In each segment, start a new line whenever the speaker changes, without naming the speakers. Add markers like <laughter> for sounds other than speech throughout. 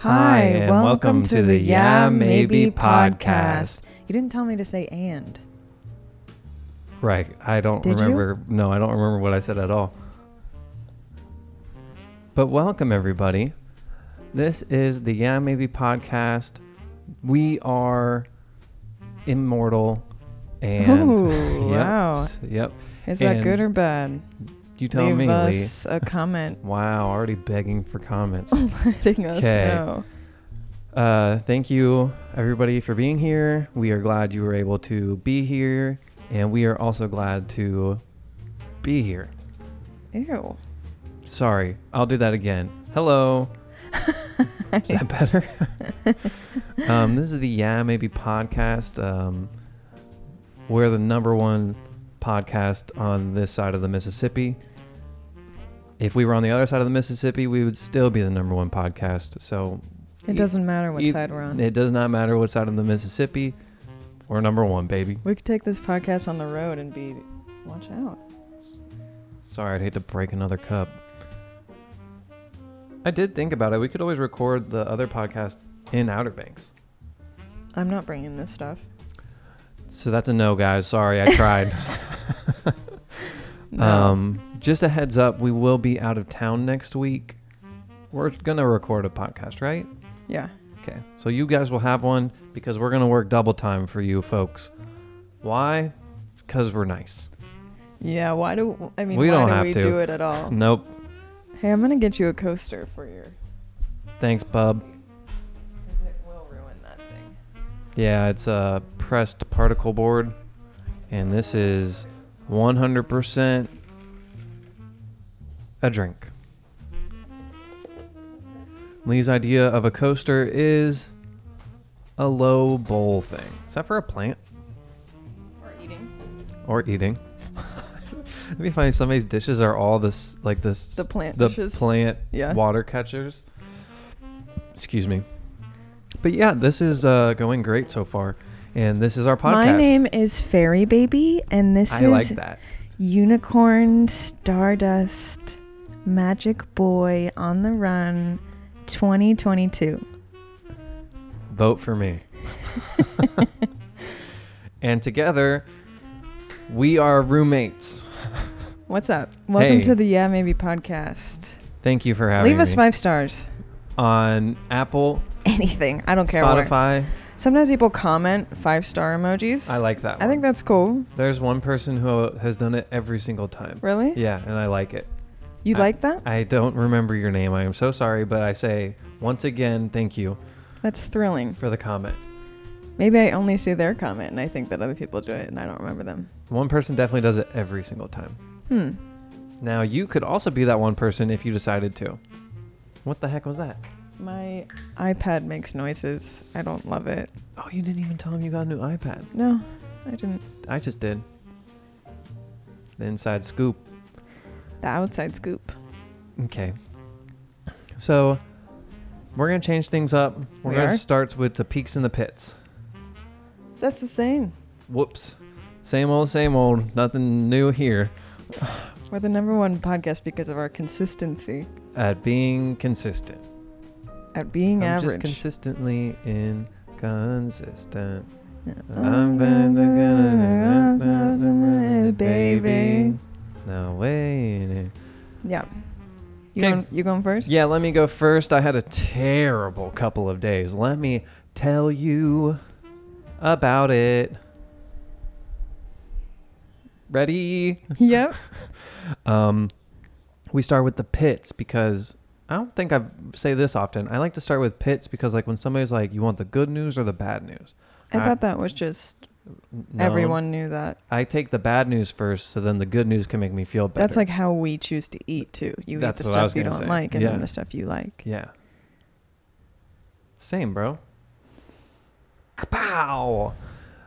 Hi, and welcome, to, the Yeah Maybe podcast.
You didn't tell me to say and.
Right. I don't
Did you?
remember. No, I don't remember what I said at all. But welcome, everybody. This is the Yeah Maybe podcast. We are immortal. And
Ooh,
<laughs> yep,
wow.
s- Yep.
Is that
And
good or bad?
You tell
Leave
me, Lee.
us
<laughs>
a comment
Wow, already begging for comments.
<laughs> letting us
'Kay.
know.
Uh, thank you, everybody, for being here. We are glad you were able to be here, and we are also glad to be here.
Ew.
Sorry, I'll do that again. Hello. is that better? <laughs> um, this is the Yeah Maybe podcast. Um, we're the number one podcast on this side of the Mississippi. If we were on the other side of the Mississippi, we would still be the number one podcast. So
It doesn't matter what
you-
side we're on.
E- it does not matter what side of the Mississippi. We're number one, baby.
we could take this podcast on the road and be. Watch out.
Sorry, I'd hate to break another cup. I did think about it. We could always record the other podcast in Outer Banks.
I'm not bringing this stuff.
So that's a no, guys. Sorry, I tried.
No.
um, just a heads up, we will be out of town next week. We're gonna record a podcast, right?
yeah.
Okay. So you guys will have one because we're gonna work double time for you folks. Why? Because we're nice.
Yeah. Why do I mean?
We
why
don't
do
have
we
to.
do it at all?
Nope.
hey, I'm gonna get you a coaster for your.
Thanks, bub.
Because it will ruin that thing.
Yeah, it's a pressed particle board, and this is 100% a drink. Lee's idea of a coaster is a low bowl thing. Is that for a plant
Or eating.
or eating? <laughs> It'd be funny. Somebody's dishes are all this like this
The plant
the
dishes.
plant
Yeah.
water catchers. Excuse me. But yeah, this is uh, going great so far, and this is our podcast.
My name is Fairy Baby, and this
I
is
like that.
Unicorn Stardust Magic Boy on the Run 2022.
Vote
<laughs>
for me. and together, we are roommates.
What's up? Welcome
Hey.
to the Yeah Maybe podcast.
Thank you for having
Leave us
me
five stars. <laughs>
on Apple,
Anything. I don't care. where.
Spotify.
Sometimes people comment five star emojis.
I like that.
I think that's cool.
there's one person who has done it every single time.
Really?
Yeah, and I like it.
You
I-
like that?
I don't remember your name. I am so sorry, but I say once again, thank you
That's thrilling.
for the comment.
Maybe I only see their comment and I think that other people do it and I don't remember them.
One person definitely does it every single time.
Hmm.
Now, you could also be that one person if you decided to. What the heck was that?
My iPad makes noises. I don't love it.
Oh, you didn't even tell him you got a new iPad.
No, I didn't.
I just did. The inside scoop.
The outside scoop.
Okay. So, we're going to change things up. We're
We
going
are?
to start with the peaks and the pits.
That's the same.
Whoops. Same old, same old. Nothing new here.
We're the number one podcast because of our consistency
At being consistent.
at being
I'm
average.
just consistently inconsistent. I'm baby.
baby.
No way.
Yeah. You
'Kay.
going, you going first?
Yeah, let me go first. I had a terrible couple of days. Let me tell you about it. Ready?
<laughs> Yep.
Um, we start with the pits because I don't think I say this often. I like to start with pits because, like, when somebody's like, "You want the good news or the bad news?"
I
I-
thought that was just
No,
everyone knew that.
I take the bad news first, so then the good news can make me feel better.
That's like how we choose to eat too. You
That's
eat the
what I was
stuff you
gonna
don't
say.
like and
Yeah.
then the stuff you like.
yeah, same, bro. Kapow!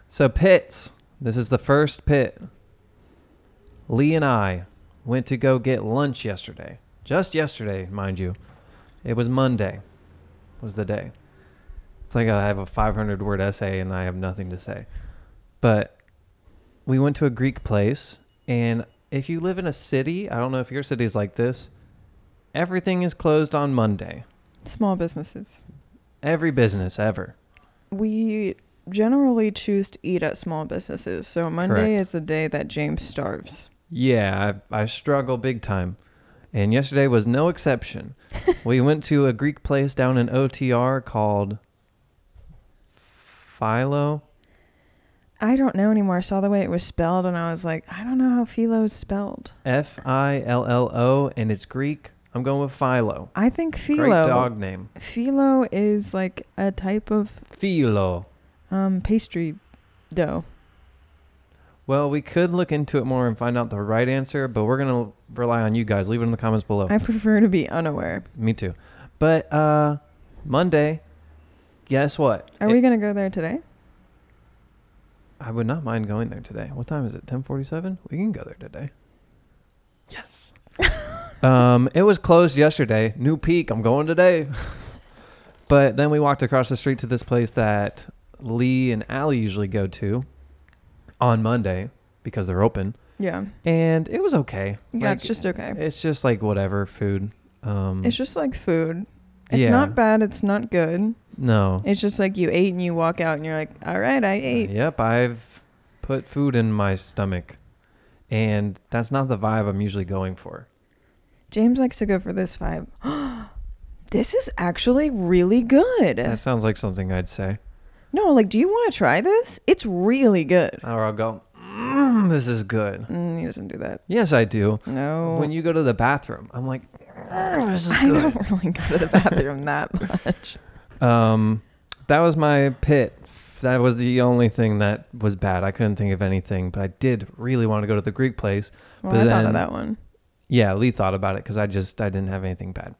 So pits. This is the first pit. Lee and I went to go get lunch yesterday. Just yesterday, mind you. It was Monday. Was the day. It's like I have a 500 word essay and I have nothing to say. But we went to a Greek place and if you live in a city, I don't know if your city is like this, everything is closed on Monday.
Small businesses.
every business ever.
We generally choose to eat at small businesses, so Monday
Correct.
is the day that James starves.
Yeah, I, I struggle big time. And yesterday was
<laughs>
no exception. we went to a Greek place down in OTR called Philo.
I don't know anymore. I saw the way it was spelled, and I was like, I don't know how Philo's spelled.
F I L L O, and it's Greek. I'm going with Philo.
I think
Great
Philo.
dog name.
Philo is like a type of
Philo.
um, pastry dough.
Well, we could look into it more and find out the right answer, but we're going to rely on you guys. Leave it in the comments below.
I prefer to be unaware.
Me too. But uh Monday, guess what?
Are
It-
we gonna go there today?
I would not mind going there today. What time is it? 10:47? We can go there today. Yes. um it was closed yesterday. New Peak, I'm going today. <laughs> but then we walked across the street to this place that Lee and Allie usually go to on Monday because they're open.
Yeah.
And it was okay.
Yeah,
Like,
it's just okay.
It's just like whatever food. Um
It's just like food. It's
yeah.
not bad. It's not good.
No. Uh,
It's just like you ate and you walk out and you're like, all right, I ate.
Yep, I've put food in my stomach, and that's not the vibe I'm usually going for.
James likes to go for this vibe. <gasps> this is actually really good.
That sounds like something I'd say.
No, like, do you want to try this? It's really good.
Or I'll go, mm, this is good.
Mm, he doesn't do that.
Yes, I do.
No.
When you go to the bathroom, I'm like, "Mm, this is
Oh. <laughs> I
good.
don't really go to the
<laughs>
bathroom that much.
Um, that was my pit. That was the only thing that was bad. I couldn't think of anything, but I did really want to go to the Greek place.
Well,
But
I thought
then-
of that one.
Yeah, Lee thought about it because I just I didn't have anything bad.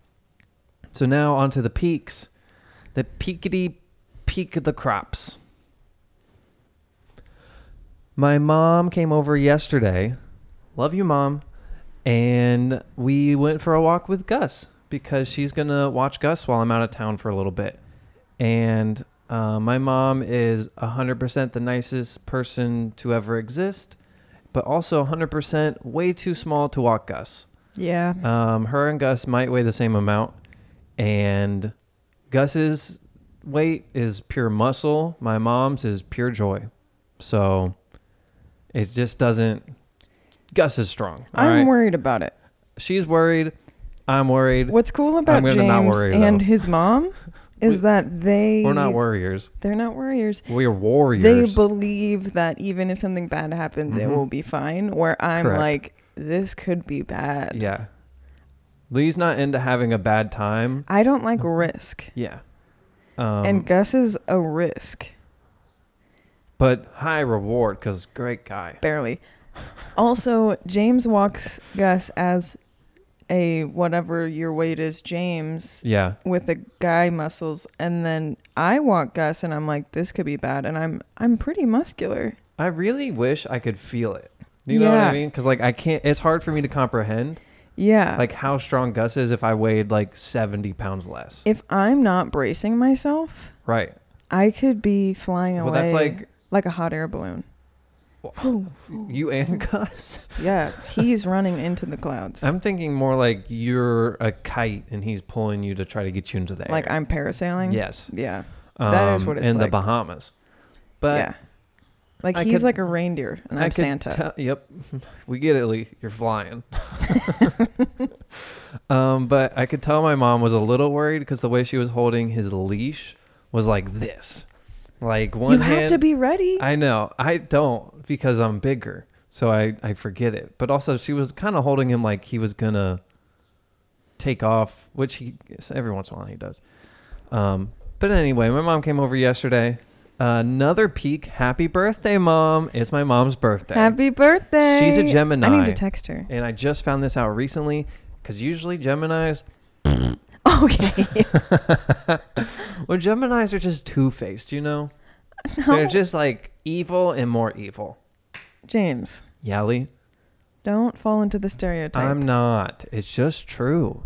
So now onto the peaks, the peakity peak of the crops. My mom came over yesterday. Love you, mom. And we went for a walk with Gus because she's gonna watch Gus while I'm out of town for a little bit. And uh, my mom is hundred percent the nicest person to ever exist, but also hundred percent way too small to walk Gus.
Yeah.
Um, her and Gus might weigh the same amount, and Gus's weight is pure muscle. My mom's is pure joy. So it just doesn't. Gus is strong. all
I'm
right?
worried about it.
She's worried. I'm worried.
What's cool about
gonna not
James
worry,
and
though.
his
<laughs>
mom is
We-
that they
We're not warriors.
they're not warriors.
We're warriors.
They believe that even if something bad happens, it
Mhm.
will be fine. Where I'm
Correct.
like, this could be bad.
yeah. Lee's not into having a bad time.
I don't like risk,
Yeah. Mm-hmm. Um,
and Gus is a risk
but high reward because great guy.
barely. also, James walks Gus as a whatever your weight is, James.
Yeah.
with the guy muscles and then I walk Gus and I'm like this could be bad and I'm I'm pretty muscular.
I really wish I could feel it. You know what I
Yeah.
mean? Because like I can't. It's hard for me to comprehend
Yeah.
like how strong Gus is if I weighed like seventy pounds less.
if I'm not bracing myself,
right.
I could be flying
Well,
away
that's like
like a hot air balloon.
you
<laughs>
and Gus.
Yeah, he's running into the clouds.
I'm thinking more like you're a kite and he's pulling you to try to get you into the air.
like I'm parasailing.
yes,
Yeah. that is
Um,
what it's
in the
like.
Bahamas. But
yeah. Like
I
he's
could-
like a reindeer and
I
I'm
could
Santa.
tell- yep, <laughs> we get it, Lee. You're flying. <laughs> um, but I could tell my mom was a little worried because the way she was holding his leash was like this, like one
you
hand.
have to be ready.
I know I don't because I'm bigger, so I I forget it. But also she was kind of holding him like he was gonna take off, which he every once in a while he does. Um, but anyway, my mom came over yesterday. Another peak. Happy birthday, mom! It's my mom's birthday.
Happy birthday.
She's a Gemini.
I need to text her. <laughs>
And I just found this out recently because usually Geminis,
Okay.
<laughs> well, Geminis are just two faced, you know?
No.
They're just like evil and more evil.
James,
Yali,
don't fall into the stereotype.
I'm not. It's just true.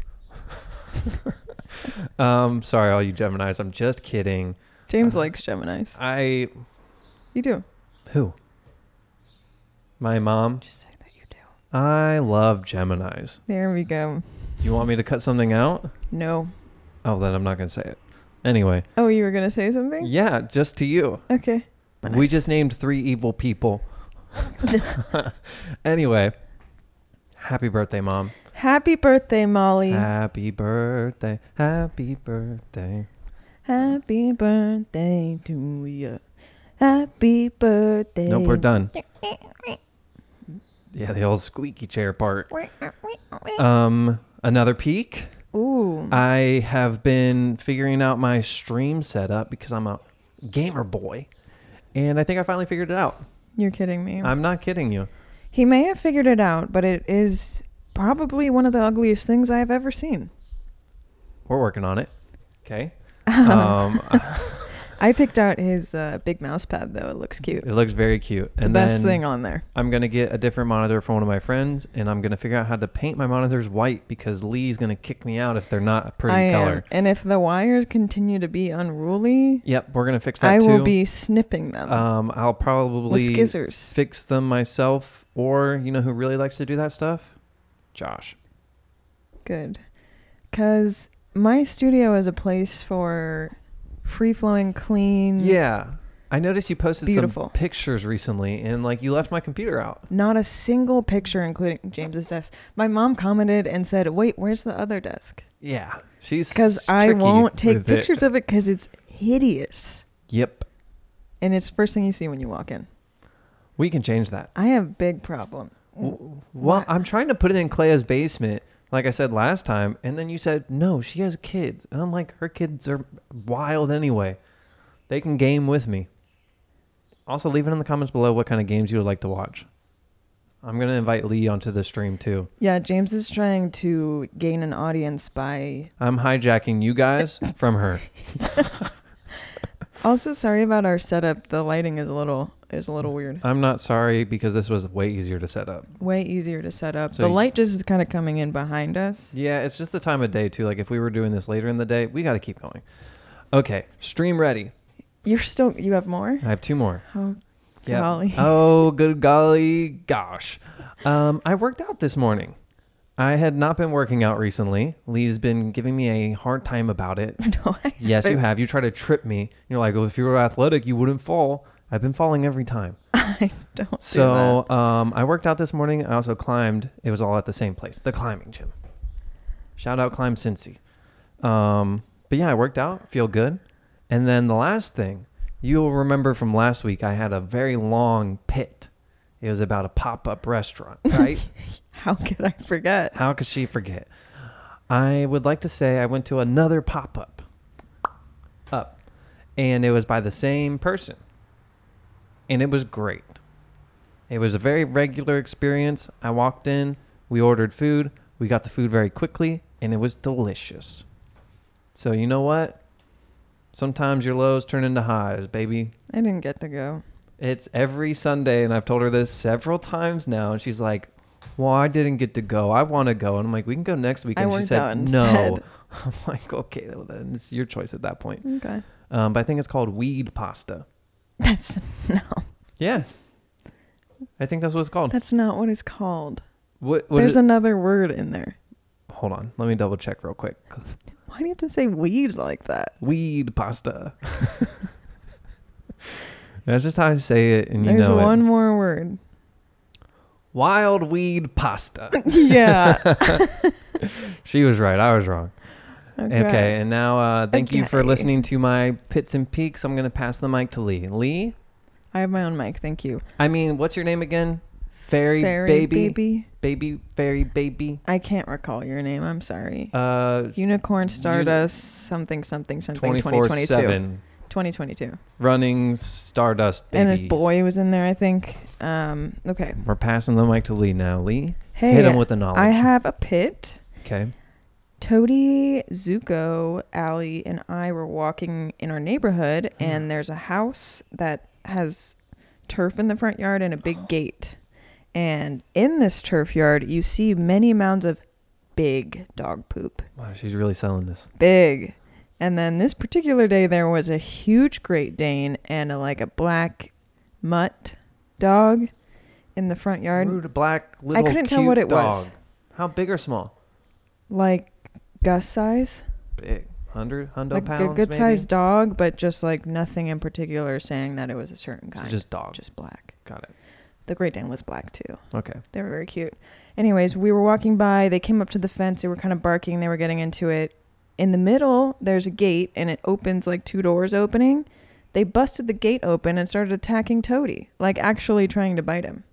<laughs> um, sorry, all you Geminis. I'm just kidding.
James
Uh,
likes Geminis.
I
You do.
who? My mom.
Just say that you do.
I love Geminis.
There we go.
You want me to cut something out?
No.
Oh, then I'm not gonna say it. Anyway,
Oh, you were gonna say something?
yeah, just to you.
Okay.
We
Nice.
just named three
<laughs>
evil people. anyway, happy birthday, mom.
Happy birthday, Molly.
Happy birthday. Happy birthday.
Happy birthday to you. Happy birthday.
Nope, we're done. Yeah, the old squeaky chair part. Um, another peek.
Ooh.
I have been figuring out my stream setup because I'm a gamer boy, and I think I finally figured it out.
You're kidding me.
I'm not kidding you.
he may have figured it out, but it is probably one of the ugliest things I have ever seen.
We're working on it.
<laughs>
Okay. Um,
I picked out his uh, big mouse pad, though. It looks cute.
it looks very cute.
The best thing on there.
I'm gonna get a different monitor from one of my friends, and I'm gonna figure out how to paint my monitors white because Lee's gonna kick me out if they're not a pretty
I am.
color.
And if the wires continue to be unruly,
Yep, we're gonna fix that
I
too.
will be snipping them
Um, I'll
with
probably
scissors.
fix them myself, or you know who really likes to do that stuff? Josh.
Good. Because my studio is a place for free flowing, clean,
Yeah, I noticed you posted
Mm. Beautiful.
some pictures recently, and like you left my computer out.
not a single picture, including James's desk. My mom commented and said, Wait, where's the other desk?
Yeah, she's
Because I
tricky
won't take
with it.
pictures of it because it's hideous.
Yep,
And it's first thing you see when you walk in.
we can change that.
I have big problem.
W- Well, I'm trying to put it in Clea's basement, like I said last time, and then you said no, she has kids, and I'm like, her kids are wild anyway. They can game with me. Also, leave it in the comments below what kind of games you would like to watch. I'm gonna invite Lee onto the stream too.
Yeah, James is trying to gain an audience by.
I'm hijacking you guys from her.
Also, sorry about our setup. The lighting is a little is a little weird.
I'm not sorry because this was way easier to set up.
Way easier to set up.
So
the
you-
light just is kind of coming in behind us.
Yeah, it's just the time of day too. Like if we were doing this later in the day, we got to keep going. Okay, stream ready.
You're still. You have more.
I have two more.
Oh,
Yeah.
golly.
Oh, good golly, gosh. Um, I worked out this morning. I had not been working out recently. Lee's been giving me a hard time about it.
no, I-
Yes, you have. You try to trip me. You're like, well, if you were athletic, you wouldn't fall. I've been falling every time.
<laughs> I don't.
So um, I worked out this morning. I also climbed. It was all at the same place, the climbing gym. Shout out Climb Cincy. Um, but yeah, I worked out, feel good. And then the last thing, you'll remember from last week, I had a very long pit. It was about a pop up restaurant,
do
right?
that. How could I forget?
How could she forget? I would like to say I went to another pop up. Up. And it was by the same person. And it was great. It was a very regular experience. I walked in, we ordered food, we got the food very quickly, and it was delicious. So, you know what? Sometimes your lows turn into highs, baby.
I didn't get to go.
It's every Sunday, and I've told her this several times now, and she's like, "Well, I didn't get to go. I want to go." And I'm like, "We can go next week."
I
And she
worked
said,
out
"No."
instead.
<laughs> I'm like, "Okay, well, then it's your choice at that point."
Okay.
Um, but I think it's called weed pasta.
That's no.
Yeah, I think that's what it's called.
That's not what it's called.
What? what
There's
is,
another word in there.
hold on, let me double check real quick.
Why do you have to say weed like that?
Weed pasta. <laughs> that's just how I say it, and you
There's
know it.
one more
<laughs>
word. <laughs>
Wild weed pasta.
yeah.
she was right. I was wrong. Okay. and now uh, thank you for
Okay.
listening to my pits and peaks. I'm going to pass the mic to Lee. Lee,
I have my own mic. Thank you.
I mean, what's your name again? Fairy,
Fairy
baby, baby, fairy baby.
I can't recall your name. I'm sorry.
Uh,
Unicorn Stardust something something something
24
2022.
7
2022.
running Stardust
And
babies.
a boy was in there, I think. Um, okay.
We're passing the mic to Lee now. Lee,
Hey,
hit him with the knowledge.
I have a pit.
okay.
Toadie, Zuko, Allie, and I were walking in our neighborhood,
Hmm.
and there's a house that has turf in the front yard and a
<gasps>
big gate. And in this turf yard, you see many mounds of big dog poop.
Wow, she's really selling this.
Big. And then this particular day, there was a huge Great Dane and a, like a black mutt dog in the front yard,
Rude black little
couldn't tell
cute
what it
dog.
was.
How big or small?
like Gus size.
Big. hundred hundo
like
pounds.
a good
maybe?
sized dog, but just like nothing in particular saying that it was a certain
So
kind.
just dog.
just black.
Got it.
The Great Dane was black too.
Okay.
They were very cute. Anyways, we were walking by. They came up to the fence. They were kind of barking. They were getting into it. In the middle, there's a gate, and it opens like two doors opening. They busted the gate open and started attacking Toady, like actually trying to bite him.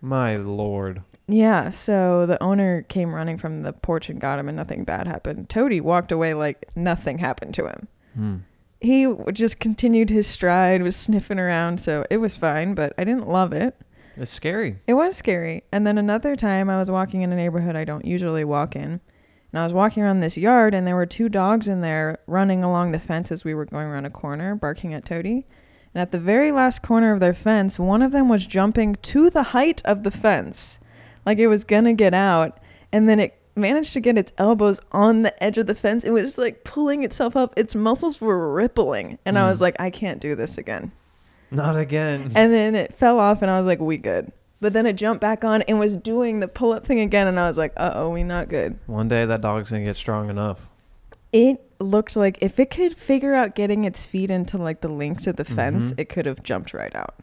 My lord.
Yeah, so the owner came running from the porch and got him, and nothing bad happened. Toady walked away like nothing happened to him.
Hmm.
He w- just continued his stride, was sniffing around, so it was fine, but I didn't love it.
It's scary.
It was scary. And then another time I was walking in a neighborhood I don't usually walk in. And I was walking around this yard and there were two dogs in there running along the fence as we were going around a corner, barking at Toady. And at the very last corner of their fence, one of them was jumping to the height of the fence, like it was gonna get out. And then it managed to get its elbows on the edge of the fence. It was like pulling itself up. Its muscles were rippling. And I
Mm.
was like, I can't do this again
Not again.
and then it fell off and i was like we good but then it jumped back on and was doing the pull-up thing again and i was like uh-oh we not good
<laughs> One day that dog's gonna get strong enough.
it looked like if it could figure out getting its feet into like the links of the fence
Mhm.
it could have jumped right out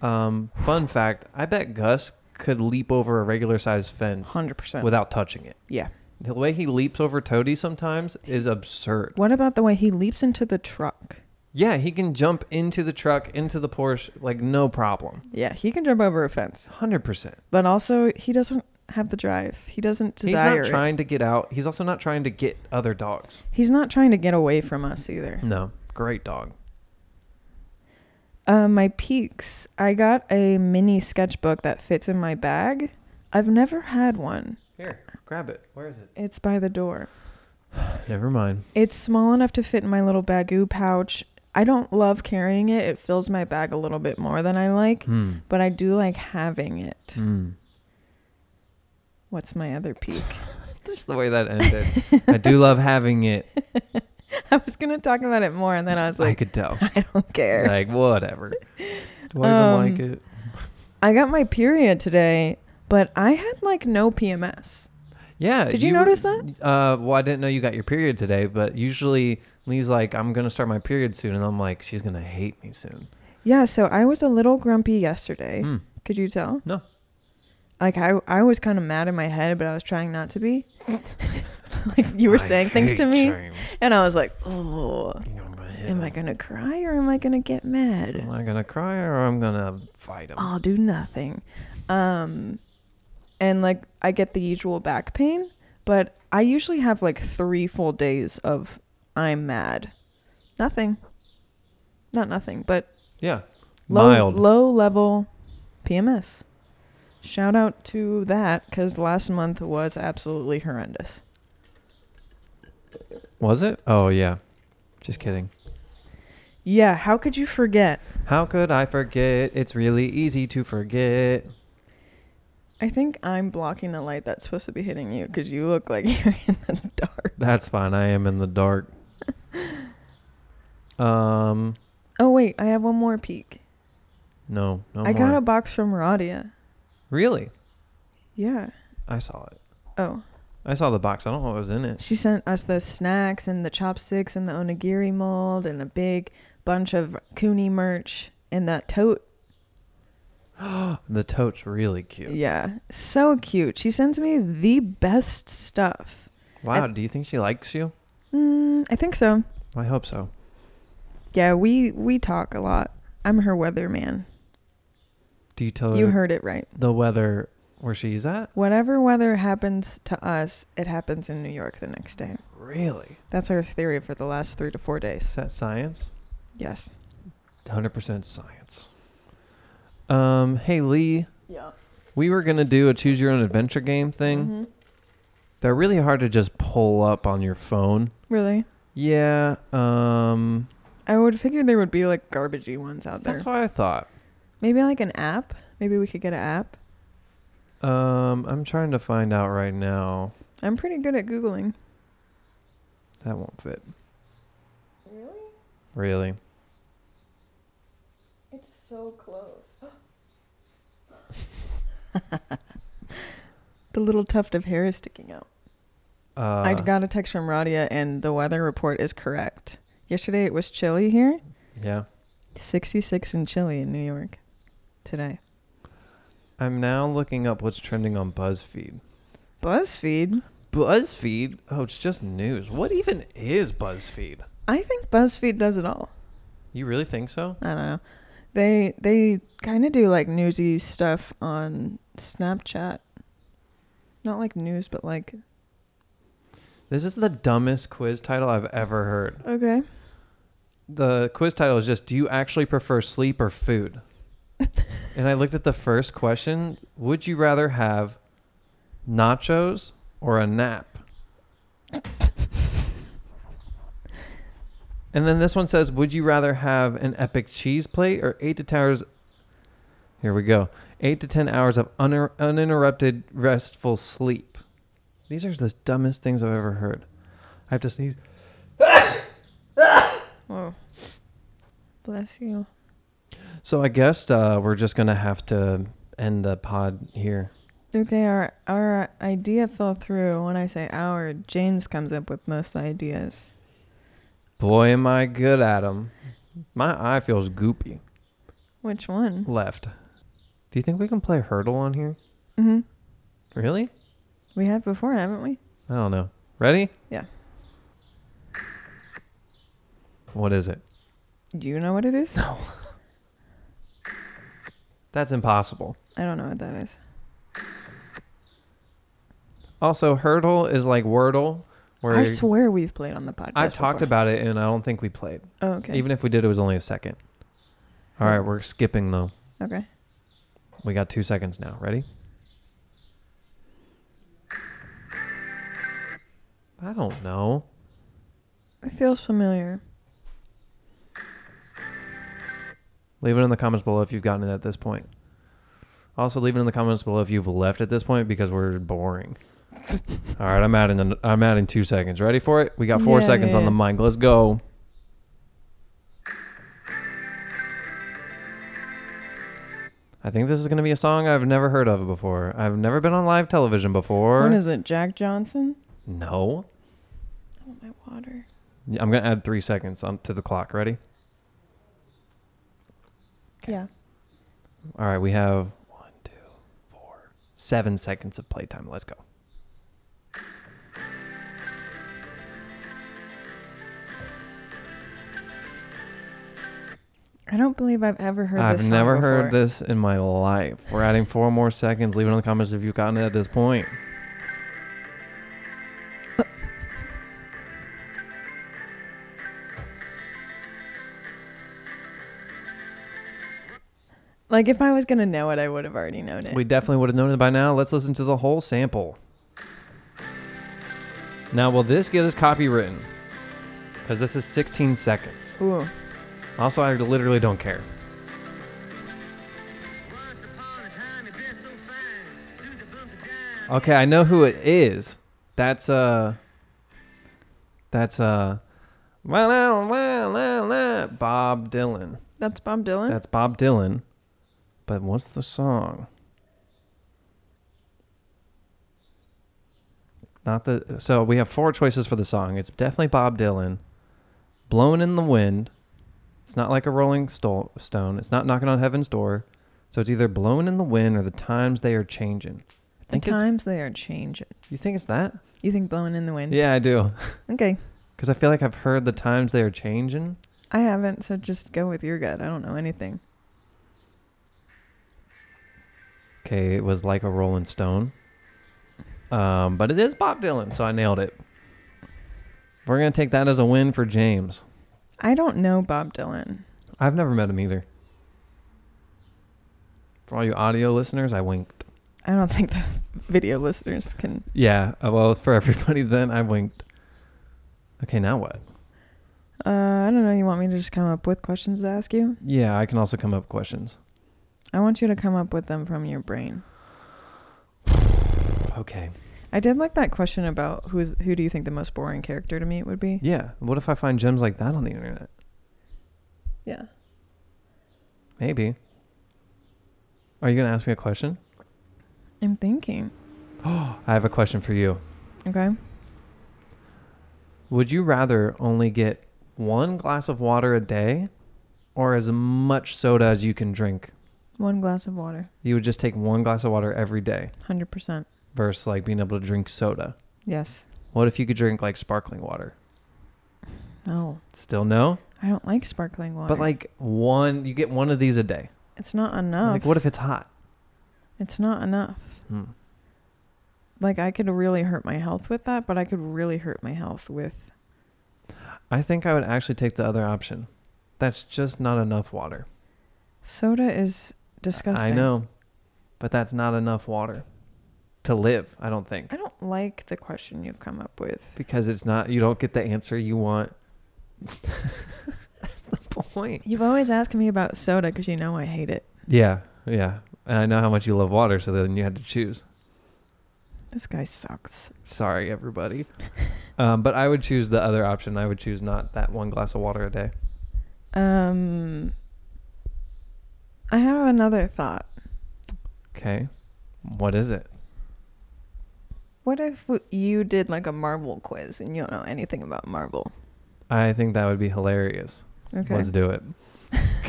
Um, fun fact: I bet Gus could leap over a regular sized fence
100%
without touching it.
yeah
The way he leaps over Toady sometimes is absurd.
what about the way he leaps into the truck
Yeah, he can jump into the truck, into the Porsche, like no problem.
yeah he can jump over a fence
Hundred percent.
but also he doesn't have the drive he doesn't
He's
desire
not
it.
trying to get out. He's also not trying to get other dogs.
he's not trying to get away from us either
No, great dog.
Uh, my peaks. I got a mini sketchbook that fits in my bag. I've never had one.
Here, grab it. Where is it?
It's by the door.
Never mind.
It's small enough to fit in my little bagoo pouch. I don't love carrying it. It fills my bag a little bit more than I like,
Hmm.
but I do like having it.
Hmm.
What's my other
<laughs>
peak?
<laughs> Just the way that ended. Hmm. I do love having <laughs> it.
<laughs> I was going to talk about it more, and then I was
I
like,
could tell.
I don't care. Um,
Like whatever. <laughs> Do I even like it?
I got my period today, but I had like no PMS.
Yeah.
Did you notice that?
Uh, well, I didn't know you got your period today, but usually Lee's like, I'm gonna start my period soon, and I'm like, she's gonna hate me soon.
Yeah, so I was a little grumpy yesterday.
Hmm.
Could you tell?
No.
Like I, I was kind of mad in my head, but I was trying not to be. <laughs> like you were
I
saying things to
hate
me,
James.
and I was like, oh,
You know, I'm gonna hit
am I
him.
gonna cry or am I gonna get
Am
mad?
I gonna cry or I'm gonna fight him?
I'll do nothing. Um, and like I get the usual back pain, but I usually have like three full days of I'm mad, nothing, not nothing, but
yeah.
low,
Mild.
low level PMS. Shout out to that because last month was absolutely horrendous.
Was it? Oh yeah. Just kidding.
Yeah, how could you forget?
How could I forget? It's really easy to forget.
I think I'm blocking the light that's supposed to be hitting you because you look like <laughs> you're in the dark.
That's fine. I am in
<laughs>
the dark. um,
Oh wait, I have one more peek.
no, no
I got
more.
a box from Radia.
really.
Yeah.
I saw it.
Oh,
I saw the box. I don't know what was in it.
she sent us the snacks and the chopsticks and the onigiri mold and a big bunch of Cooney merch and that tote.
The tote's really cute.
Yeah, so cute. She sends me the best stuff.
Wow. do you think she likes you?
Mm, I think so.
I hope so.
Yeah, we we talk a lot. I'm her weatherman.
Do you tell
You
her
heard it right.
the weather where she's at?
Whatever weather happens to us, it happens in New York the next day.
Really?
That's our theory for the last three to four
Is
days.
that science?
Yes.
100% science. Um, hey Lee,
Yeah. Mm-hmm.
we were going to do a choose your own adventure game thing. They're really hard to just pull up on your phone.
Really?
Yeah, um
I would figure there would be like garbagey ones out there.
that's what I thought.
Maybe like an app. Maybe we could get an app.
Um I'm trying to find out right now.
I'm pretty good at Googling.
That won't fit. Really?
It's so close. the little tuft of hair is sticking out.
Uh,
I got a text from Radia, and the weather report is correct. Yesterday it was chilly here,
yeah.
66 and chilly in New York. Today,
I'm now looking up what's trending on BuzzFeed.
BuzzFeed.
BuzzFeed? Oh, it's just news. What even is BuzzFeed?
I think BuzzFeed does it all.
You really think so?
I don't know. They they kind of do like newsy stuff on Snapchat. Not like news, but like
This is the dumbest quiz title I've ever heard.
okay.
The quiz title is just Do you actually prefer sleep or food? and I looked at the first question Would you rather have nachos or a nap? and then this one says Would you rather have an epic cheese plate or eight to towers? Here we go. Eight to 10 hours of uninter- uninterrupted restful sleep. These are the dumbest things I've ever heard. I have to sneeze.
Whoa. Bless you.
So I guess uh, we're just gonna have to end the pod here.
Okay, our our idea fell through. When I say our, James comes up with most ideas.
Boy, am I good at 'em. My eye feels goopy.
Which one?
Left. Do you think we can play hurdle on here?
hmm
Really?
We have before, haven't we?
I don't know. Ready?
Yeah.
What is it?
Do you know what it is? No.
That's impossible.
I don't know what that is.
Also, hurdle is like Wordle, where
I swear we've played on the podcast.
I talked about it and I don't think we played.
Oh, okay.
Even if we did, it was only a second. All right,
Hmm.
we're skipping though.
okay.
We got two seconds now. Ready? I don't know.
It feels familiar.
Leave it in the comments below if you've gotten it at this point. Also, leave it in the comments below if you've left at this point because
<laughs>
we're boring. All right, I'm adding. an- I'm adding two seconds. Ready for it? We got four
Yeah,
seconds
yeah,
on the mic. Let's go. I think this is going to be a song I've never heard of before. I've never been on live television before.
What is it? Jack Johnson?
no.
I want Oh, my water.
Yeah, I'm gonna add three seconds on to the clock. Ready?
Yeah.
All right, we have one, two, four, seven seconds of playtime. Let's go.
I don't believe I've ever heard
I've
this. song
never heard
before.
this in my life. We're adding four more seconds. Leave it in the comments if you've gotten it at this point.
Like if I was gonna know it, I would have already known it.
We definitely would have known it by now. Let's listen to the whole sample. Now, will this get us copywritten? Because this is 16 seconds.
Ooh.
Also, I literally don't care.
Once upon a time, it dressed so fine. Through the bumps of time.
Okay, I know who it is. That's uh That's uh la, la, la, la, la, Bob Dylan.
That's Bob Dylan.
That's Bob Dylan. But what's the song? Not the so we have four choices for the song. It's definitely Bob Dylan. Blown in the wind. It's not like a rolling sto- stone. It's not knocking on heaven's door. So it's either blown in the wind or the times they are changing. I
the
think it's
times they are changing.
you think it's that?
You think blowing in the wind?
Yeah, I <laughs> do.
Okay.
Because I feel like I've heard the times they are changing.
I haven't, so just go with your gut. I don't know anything.
Okay, it was like a Rolling Stone. Um, but it is Bob Dylan, so I nailed it. We're going to take that as a win for James.
I don't know Bob Dylan.
I've never met him either. For all you audio listeners, I winked.
I don't <laughs> think the video listeners can.
Yeah, uh, well, for <laughs> everybody then, I winked. Okay, now what?
Uh, I don't know. You want me to just come up with questions to ask you?
Yeah, I can also come up with questions.
I want you to come up with them from your brain.
Okay.
I did like that question about who's who do you think the most boring character to meet would be?
Yeah, what if I find gems like that on the internet?
Yeah.
Maybe. Are you going to ask me a question?
I'm thinking.
I have a question for you.
Okay.
Would you rather only get one glass of water a day or as much soda as you can drink?
One glass of water,
You would just take one glass of water every day
hundred percent.
versus like being able to drink soda.
Yes.
What if you could drink like sparkling water?
No,
Still no?
I don't like sparkling water.
But like one, you get one of these a day.
it's not enough.
Like what if it's hot?
It's not enough.
Hmm.
Like I could really hurt my health with that, but I could really hurt my health with.
I think I would actually take the other option. That's just not enough water.
Soda is disgusting.
I know, but that's not enough water to live, I don't think.
I don't like the question you've come up with.
Because it's not, you don't get the answer you want. that's the point.
You've always asked me about soda because you know I hate it.
Yeah, yeah. And I know how much you love water, so then you had to choose.
This guy sucks.
Sorry, everybody. um, but I would choose the other option. I would choose not that one glass of water a day.
Um, I have another thought.
Okay. What is it?
What if w- you did like a Marvel quiz and you don't know anything about Marvel?
I think that would be hilarious.
Okay.
Let's do it.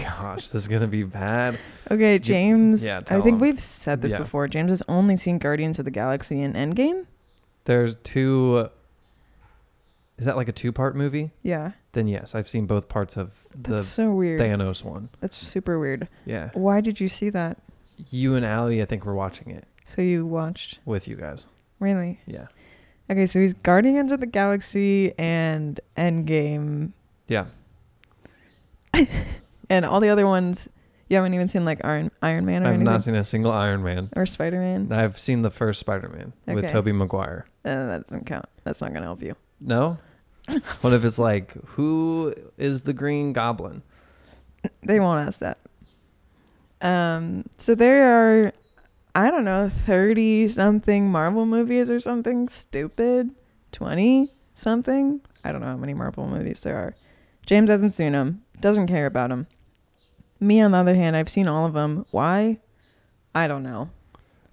Gosh, this is going to be bad.
Okay, James.
yeah,
I
tell
think
him.
we've said this
Yeah.
before. James has only seen Guardians of the Galaxy and Endgame.
There's two. Is that like a two part movie?
Yeah,
Then yes, I've seen both parts of
that's
the
so weird.
Thanos one.
That's super weird.
Yeah.
Why did you see that?
You and Allie, I think, were watching it
So you watched
with you guys.
really?
Yeah.
Okay, so he's Guardians of the Galaxy and Endgame,
Yeah.
<laughs> and all the other ones. You haven't even seen like Iron Iron Man or
I've
anything,
not seen a single Iron Man.
or Spider Man.
I've seen the first Spider Man with
Okay.
Tobey Maguire.
Uh, that doesn't count. That's not gonna help you. <laughs>
No? what if it's like, who is the Green Goblin?
They won't ask that. Um, so there are, I don't know, thirty something Marvel movies or something stupid, twenty something. I don't know how many Marvel movies there are. James hasn't seen them. Doesn't care about them. Me, on the other hand, I've seen all of them. Why? I don't know.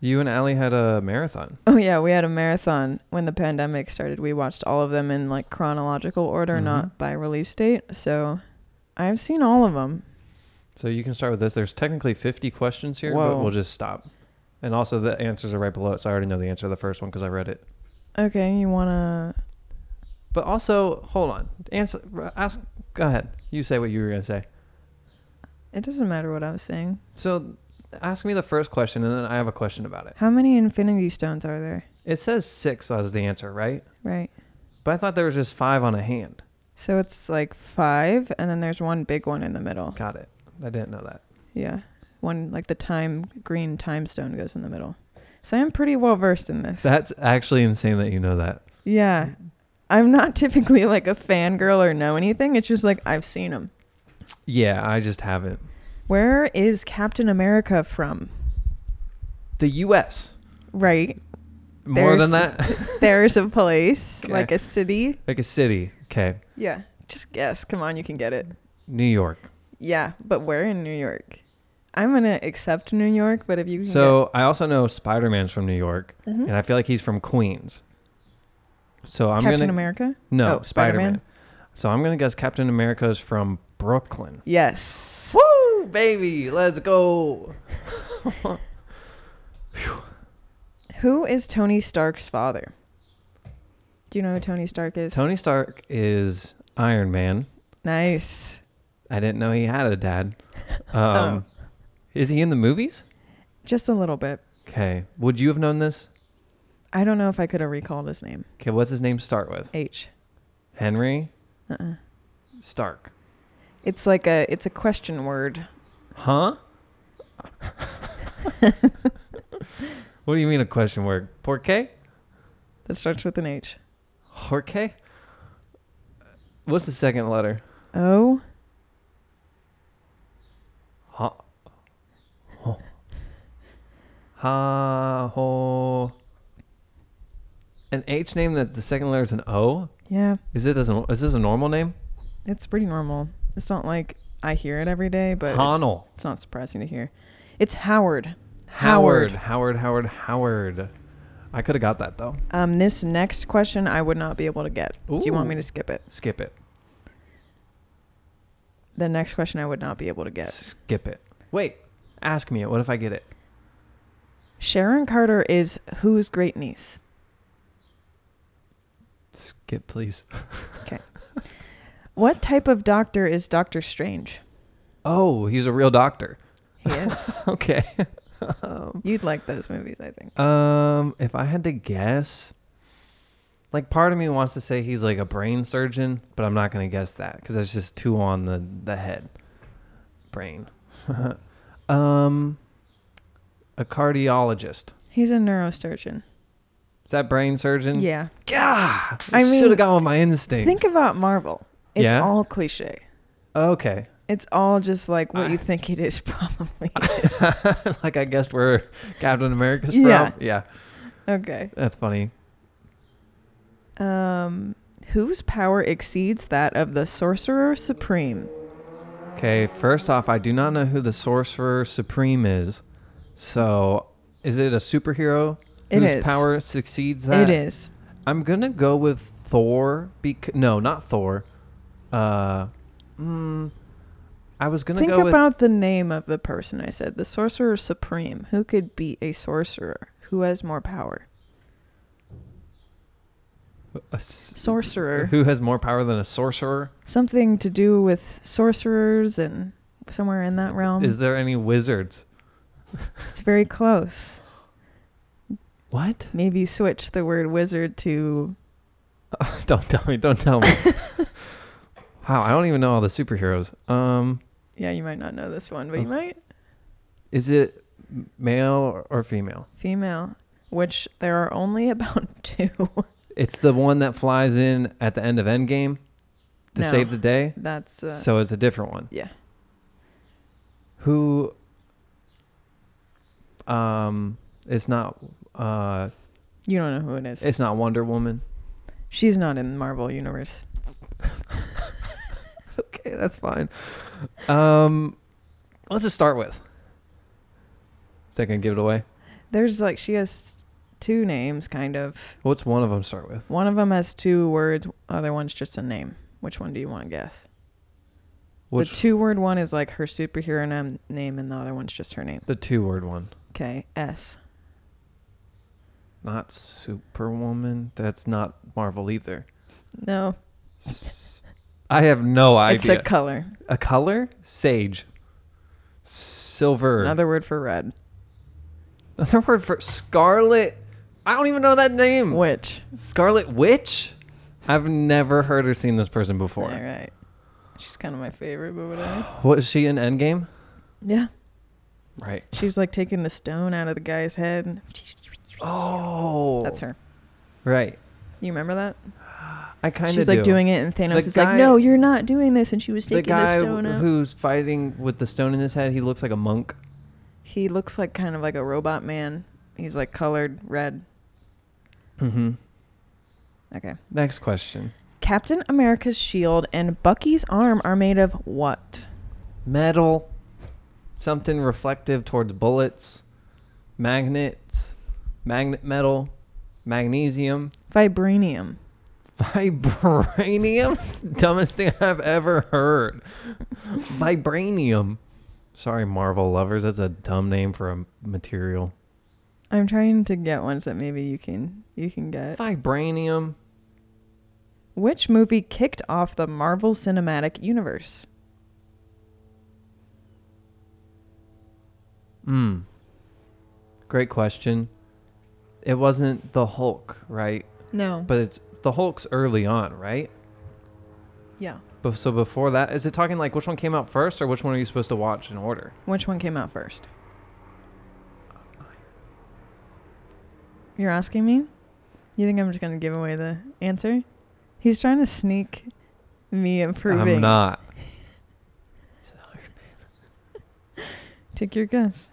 You and Allie had a marathon.
Oh yeah, we had a marathon when the pandemic started. We watched all of them in like chronological order,
Mhm.
not by release date. So, I've seen all of them.
So you can start with this. There's technically 50 questions here, but
Whoa.
we'll just stop. And also, the answers are right below it. So I already know the answer to the first one because I read it.
Okay, you wanna?
But also, hold on. Answer. Ask. Go ahead. You say what you were gonna say.
It doesn't matter what I was saying.
So, ask me the first question, and then I have a question about it.
How many Infinity Stones are there?
It says six as the answer, right?
Right.
But I thought there was just five on a hand.
So it's like five, and then there's one big one in the middle.
Got it. I didn't know that.
Yeah, one like the time green time stone goes in the middle. So I'm pretty well versed in this.
That's actually insane that you know that.
yeah, I'm not <laughs> typically like a fangirl or know anything. It's just like I've seen them.
Yeah, I just haven't.
Where is Captain America from?
The U.S.
Right.
More than
There's-
that, <laughs>
There's a place,
Okay.
like a city.
like a city. Okay,
Yeah. Just guess. Come on, you can get it.
New York.
Yeah, but where in New York? I'm gonna accept New York, but if you can
So I also know Spider Man's from New York,
get, Mhm.
and I feel like he's from Queens. So I'm
Captain
gonna
America.
no
Oh,
Spider
Spider-Man.
Man. So I'm gonna guess Captain America is from Brooklyn.
Yes.
Woo, baby, let's go.
Who is Tony Stark's father? Do you know who Tony Stark is?
Tony Stark is Iron Man.
Nice.
I didn't know he had
<laughs>
a dad.
Oh.
Um, Is he in the movies?
Just a little bit.
Okay. Would you have known this?
I don't know if I could have recalled his name.
Okay, what's his name start with?
H.
Henry
Uh-uh.
Stark.
It's like a it's a question word.
Huh? <laughs> what do you mean a question word? Porque?
That starts with an H.
Jorge? What's the second letter?
O.
Ha. Ho. Ha. Ho. An H name that the second letter is an O?
Yeah,
Is it as a, is this a normal name?
it's pretty normal. It's not like I hear it every day, but it's,
Honnell.
it's not surprising to hear. It's Howard.
Howard. Howard. Howard. I could have got that though.
Um, this next question I would not be able to get. Do you want me
Ooh.
to skip it?
Skip it.
The next question I would not be able to get.
Skip it. Wait. Ask me it. What if I get it?
Sharon Carter is whose great niece?
Skip, please.
What type of doctor is Doctor Strange?
Oh, he's a real doctor.
He is.
<laughs> Okay.
You'd like those movies, I think.
Um, if I had to guess, like part of me wants to say he's like a brain surgeon, but I'm not gonna guess that because that's just too on the the head, brain. <laughs> um, a cardiologist.
He's a neurosurgeon.
Is that brain surgeon?
Yeah.
Gah!
I
I
mean,
should have gone with my instincts.
Think about Marvel. It's
Yeah?
all cliche.
okay. <laughs>
It's all just like what
I-
you think it is, <laughs> probably.
like I guessed where Captain America's
Yeah.
from. Yeah,
okay.
that's funny.
Um, whose power exceeds that of the Sorcerer Supreme?
Okay, first off, I do not know who the Sorcerer Supreme is. So, is it a superhero?
It
whose
is.
power succeeds
It
that?
is.
I'm gonna go with Thor. Bec- no, not Thor. Uh, mm, I was gonna
Think
go with.
about the name of the person I said, the Sorcerer Supreme. Who could be a sorcerer? Who has more power?
a s-
Sorcerer.
Who has more power than a sorcerer?
Something to do with sorcerers and somewhere in that realm.
is there any wizards?
it's very close.
What?
Maybe switch the word wizard to
<laughs> don't tell me. Don't
<laughs>
tell me. wow, I don't even know all the superheroes. Um,
yeah, you might not know this one, but you
Oh.
might.
is it m- male or female?
Female, which there are only <laughs> about two.
It's the one that flies in at the end of Endgame to
No.
save the day.
That's uh,
so it's a different one.
yeah.
Who um it's not uh
You don't know who it is.
it's not Wonder Woman.
She's not in the Marvel universe.
Okay, that's fine. Um let's just start with. Is that gonna give it away?
There's like she has two names, kind of.
What's one of them start with?
One of them has two words. Other one's just a name. Which one do you want to guess?
Which
the two-word one is like her superhero nam- name, and the other one's just her name.
the two word one.
Okay, S.
Not Superwoman. That's not Marvel either.
No,
S- I have no idea.
it's a color.
A color? Sage. Silver.
Another word for red.
<laughs> Another word for Scarlet. I don't even know that name.
Which?
Scarlet Witch? I've never heard or seen this person before.
All right. She's kind of my favorite, but whatever.
<gasps> What is she in Endgame?
yeah.
Right.
She's like taking the stone out of the guy's head. and
Oh.
That's her.
Right.
You remember that?
I kind of
She's like doing it, and Thanos
The
is
guy-
like, "No, you're not doing this." And she was
The
taking the,
guy
stone uh, out.
who's fighting with the stone in his head, he looks like a monk.
He looks like kind of like a robot man. He's like colored red.
Mm-hmm.
Okay.
Next question.
Captain America's shield and Bucky's arm are made of what?
Metal. Something reflective towards bullets. Magnets. Magnet metal. Magnesium. <laughs>
Vibranium.
Vibranium? <laughs> Dumbest thing I've ever heard. Vibranium. Sorry, Marvel lovers. That's a dumb name for a material.
I'm trying to get ones that maybe you can you can get.
Vibranium.
Which movie kicked off the Marvel Cinematic Universe?
Mm. Great question. It wasn't the Hulk, right?
No.
But it's the Hulk's early on, right?
yeah.
But so before that, is it talking like which one came out first or which one are you supposed to watch in order?
Which one came out first? You're asking me? You think I'm just gonna give away the answer? He's trying to sneak me improving.
I'm not.
Take your guess.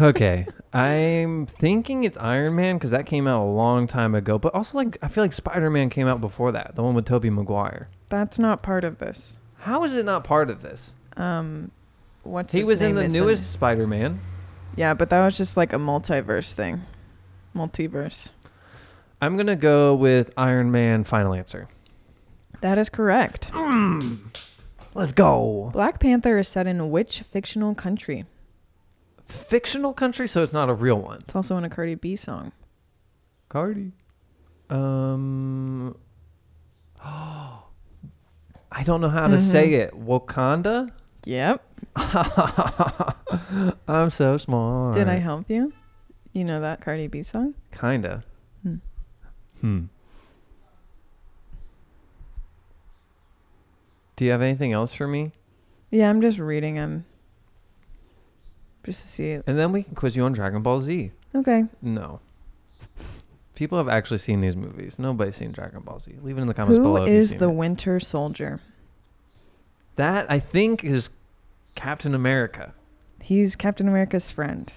okay. <laughs> I'm thinking it's Iron Man because that came out a long time ago. But also, like, I feel like Spider Man came out before that, the one with Tobey Maguire.
That's not part of this.
How is it not part of this?
Um, what's
he
his
was in
name
the
is
newest Spider Man.
Yeah, but that was just like a multiverse thing. Multiverse.
I'm gonna go with Iron Man. Final answer.
That is correct.
Mm. Let's go.
Black Panther is set in which fictional country?
Fictional country, so it's not a real one.
It's also in a Cardi B song.
Cardi. Um. <gasps> I don't know
Mm-hmm.
how to say it. Wakanda. <laughs>
Yep.
I'm so smart.
Did I help you? You know that Cardi B song?
Kinda.
Hmm.
Hmm. Do you have anything else for me?
Yeah, I'm just reading them. Just to see it.
And then we can quiz you on Dragon Ball Z.
Okay.
No. People have actually seen these movies. Nobody's seen Dragon Ball Z. Leave it in the comments
Who
below. if you've
is
seen
the
it.
Winter Soldier?
that? I think is Captain America.
He's Captain America's friend.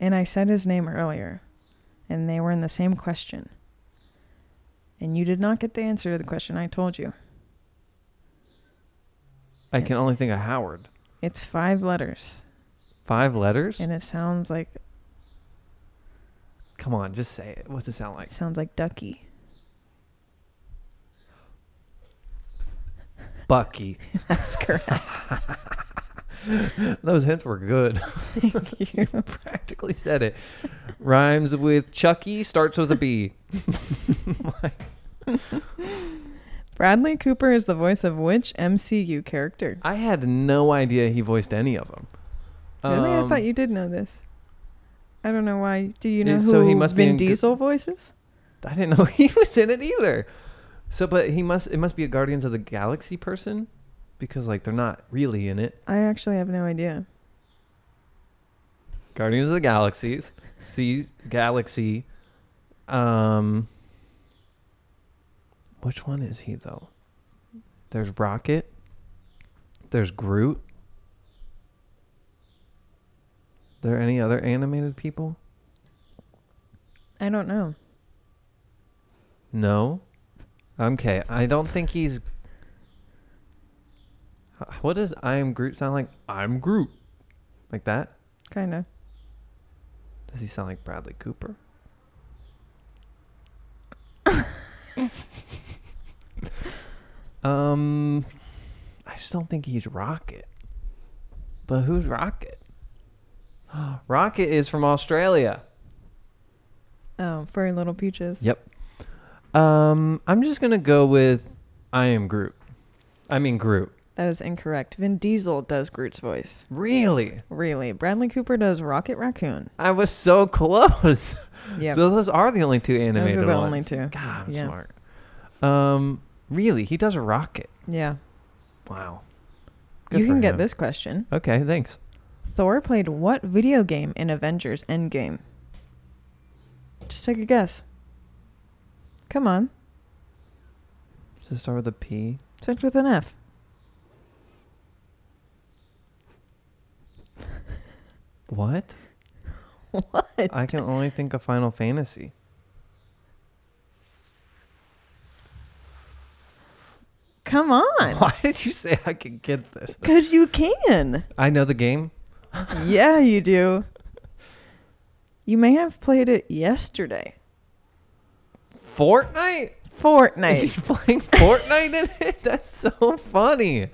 And I said his name earlier, and they were in the same question. And you did not get the answer to the question I told you.
I can only think of Howard.
It's five letters,
Five letters?
and it sounds like
Come on, just say it. What's it sound like?
sounds like Ducky. <laughs>
Bucky. <laughs>
That's correct.
Those hints were good. <laughs>
Thank you.
Practically said it. Rhymes with Chucky, starts with a B.
Bradley Cooper is the voice of which MCU character?
I had no idea he voiced any of them.
really,
Um,
I thought you did know this. I don't know why. Do you know
Yeah,
who
so he must be
Vin
in Gu-
Diesel voices?
I didn't know <laughs> he was in it either. So, but he must. It must be a Guardians of the Galaxy person, because like they're not really in it.
I actually have no idea.
Guardians of the Galaxies, see Galaxy. Um, which one is he though? There's Rocket. There's Groot. There any other animated people?
I don't know.
No. Okay, I don't think he's. H- What does "I am Groot" sound like? I'm Groot, like that.
Kind of.
Does he sound like Bradley Cooper? um, I just don't think he's Rocket. But who's Rocket? <gasps> Rocket is from Australia.
Oh, furry little peaches.
Yep. Um, I'm just gonna go with I am Groot. I mean Groot.
That is incorrect. Vin Diesel does Groot's voice.
Really?
Really? Bradley Cooper does Rocket Raccoon.
I was so close. <laughs>
Yep.
So those are the only two animated
the
ones.
only two.
God, I'm
Yeah.
smart. Um, really, he does a rocket.
yeah.
Wow.
you
Good
can
for
get
him.
this question.
Okay, thanks.
Thor played what video game in Avengers Endgame? Just take a guess. Come on.
Does it start with a P?
Starts with an
<laughs>
F.
What?
What?
I can only think of Final Fantasy.
Come on.
<laughs> Why did you say I could get this?
Because you can.
I know the game.
yeah, you do. You may have played it yesterday.
Fortnite? He's <laughs>
Fortnite.
playing Fortnite in it? <laughs> That's so funny.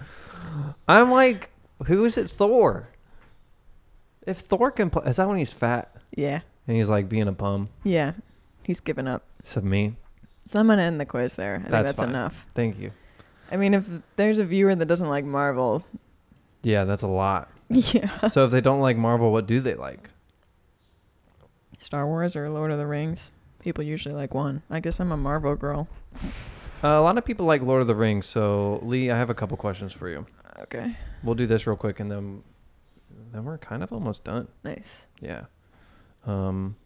I'm like, who is it, Thor? If Thor can play, is that when he's fat
yeah.
and he's like being a bum?
Yeah. He's given up.
It's of me.
So I'm gonna end the quiz there. I think
That's
that's
fine.
enough.
Thank you.
I mean, if there's a viewer that doesn't like Marvel,
Yeah, that's a
<laughs>
lot.
yeah,
so if they don't like Marvel, what do they like?
Star Wars or Lord of the Rings, people usually like one. I guess I'm a Marvel girl.
Uh, a lot of people like Lord of the Rings. So Lee, I have a couple questions for you.
Okay,
We'll do this real quick, and then then we're kind of almost done.
nice.
Yeah. Um.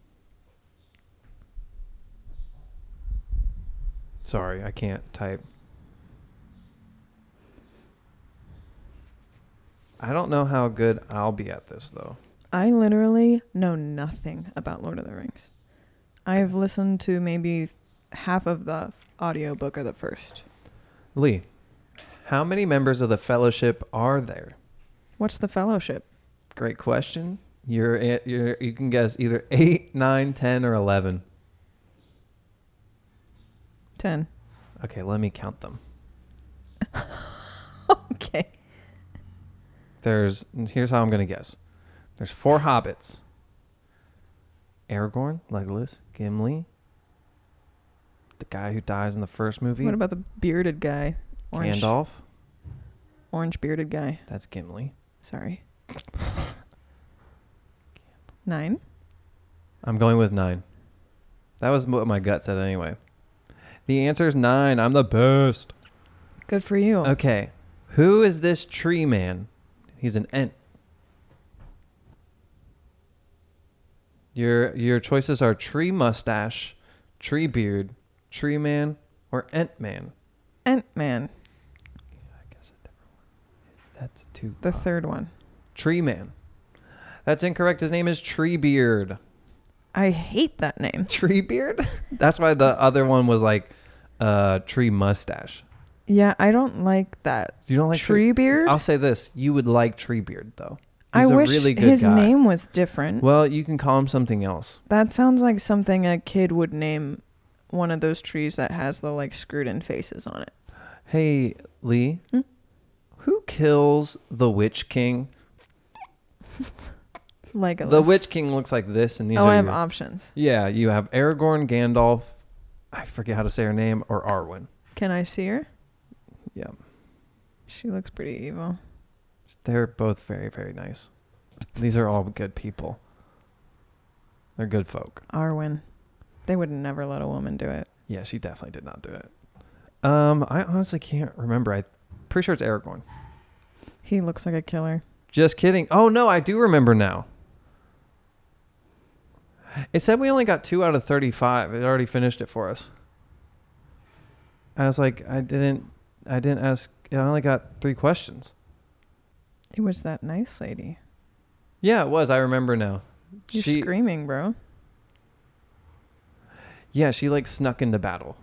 Sorry, I can't type. I don't know how good I'll be at this though.
I literally know nothing about Lord of the Rings. I've listened to maybe half of the audiobook of the first.
Lee, how many members of the fellowship are there?
What's the Fellowship?
Great question. You're, at- you're you can guess either 8, 9, 10 or 11.
10.
Okay, let me count them.
<laughs> Okay.
There's here's how I'm going to guess. There's four hobbits. Aragorn, Legolas, Gimli, the guy who dies in the first movie,
What about the bearded guy? Orange,
Gandalf.
orange bearded guy.
That's Gimli. <laughs>
Sorry. Nine.
I'm going with nine. That was what my gut said anyway. The answer is nine. I'm the best.
Good for you.
Okay. Who is this tree man? He's an ent. Your your choices are tree mustache, tree beard, tree man, or ent man.
Ant Man,
I guess a different one. That's too
the third one.
tree man. That's incorrect. His name is
<laughs>
Tree Beard.
I hate that name.
Tree Beard? <laughs> That's why the other one was like uh tree mustache.
Yeah, I don't like that.
You don't like
Tree Beard?
I'll say this: you would like Tree Beard though.
I
He's a
wish
really good
his
guy.
name was different.
Well, you can call him something else.
That sounds like something a kid would name one of those trees that has the like screwed in faces on it.
Hey, Lee, who kills the Witch King?
Legolas.
The Witch King looks like this, and these
Oh,
are
I have
your-
options.
yeah. You have Aragorn, Gandalf. I forget how to say her name, or Arwen.
Can I see her?
Yeah,
She looks pretty evil.
they're both very, very nice. These are all good people. They're good folk.
Arwen. They would never let a woman do it.
Yeah, she definitely did not do it. Um, I honestly can't remember. I pretty sure it's Aragorn.
He looks like a killer.
Just kidding. Oh no, I do remember now. It said we only got two out of thirty-five. It already finished it for us. I was like, I didn't, I didn't ask. I only got three questions.
It was that nice lady.
Yeah, it was. I remember now.
You're
she,
screaming, bro.
yeah, she like snuck into battle.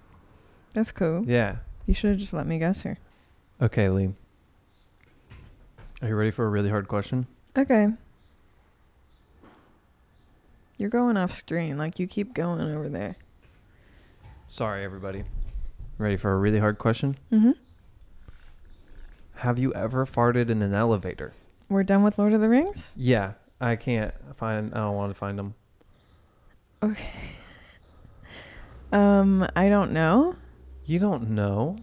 That's cool.
Yeah.
You should have just let me guess her.
Okay, Lee. Are you ready for a really hard question?
Okay. You're going off screen. Like, you keep going over there.
Sorry, everybody. Ready for a really hard question?
Mm-hmm.
Have you ever farted in an elevator?
We're done with Lord of the Rings?
Yeah, I can't find. I don't want to find them.
Um, I don't know.
You don't know.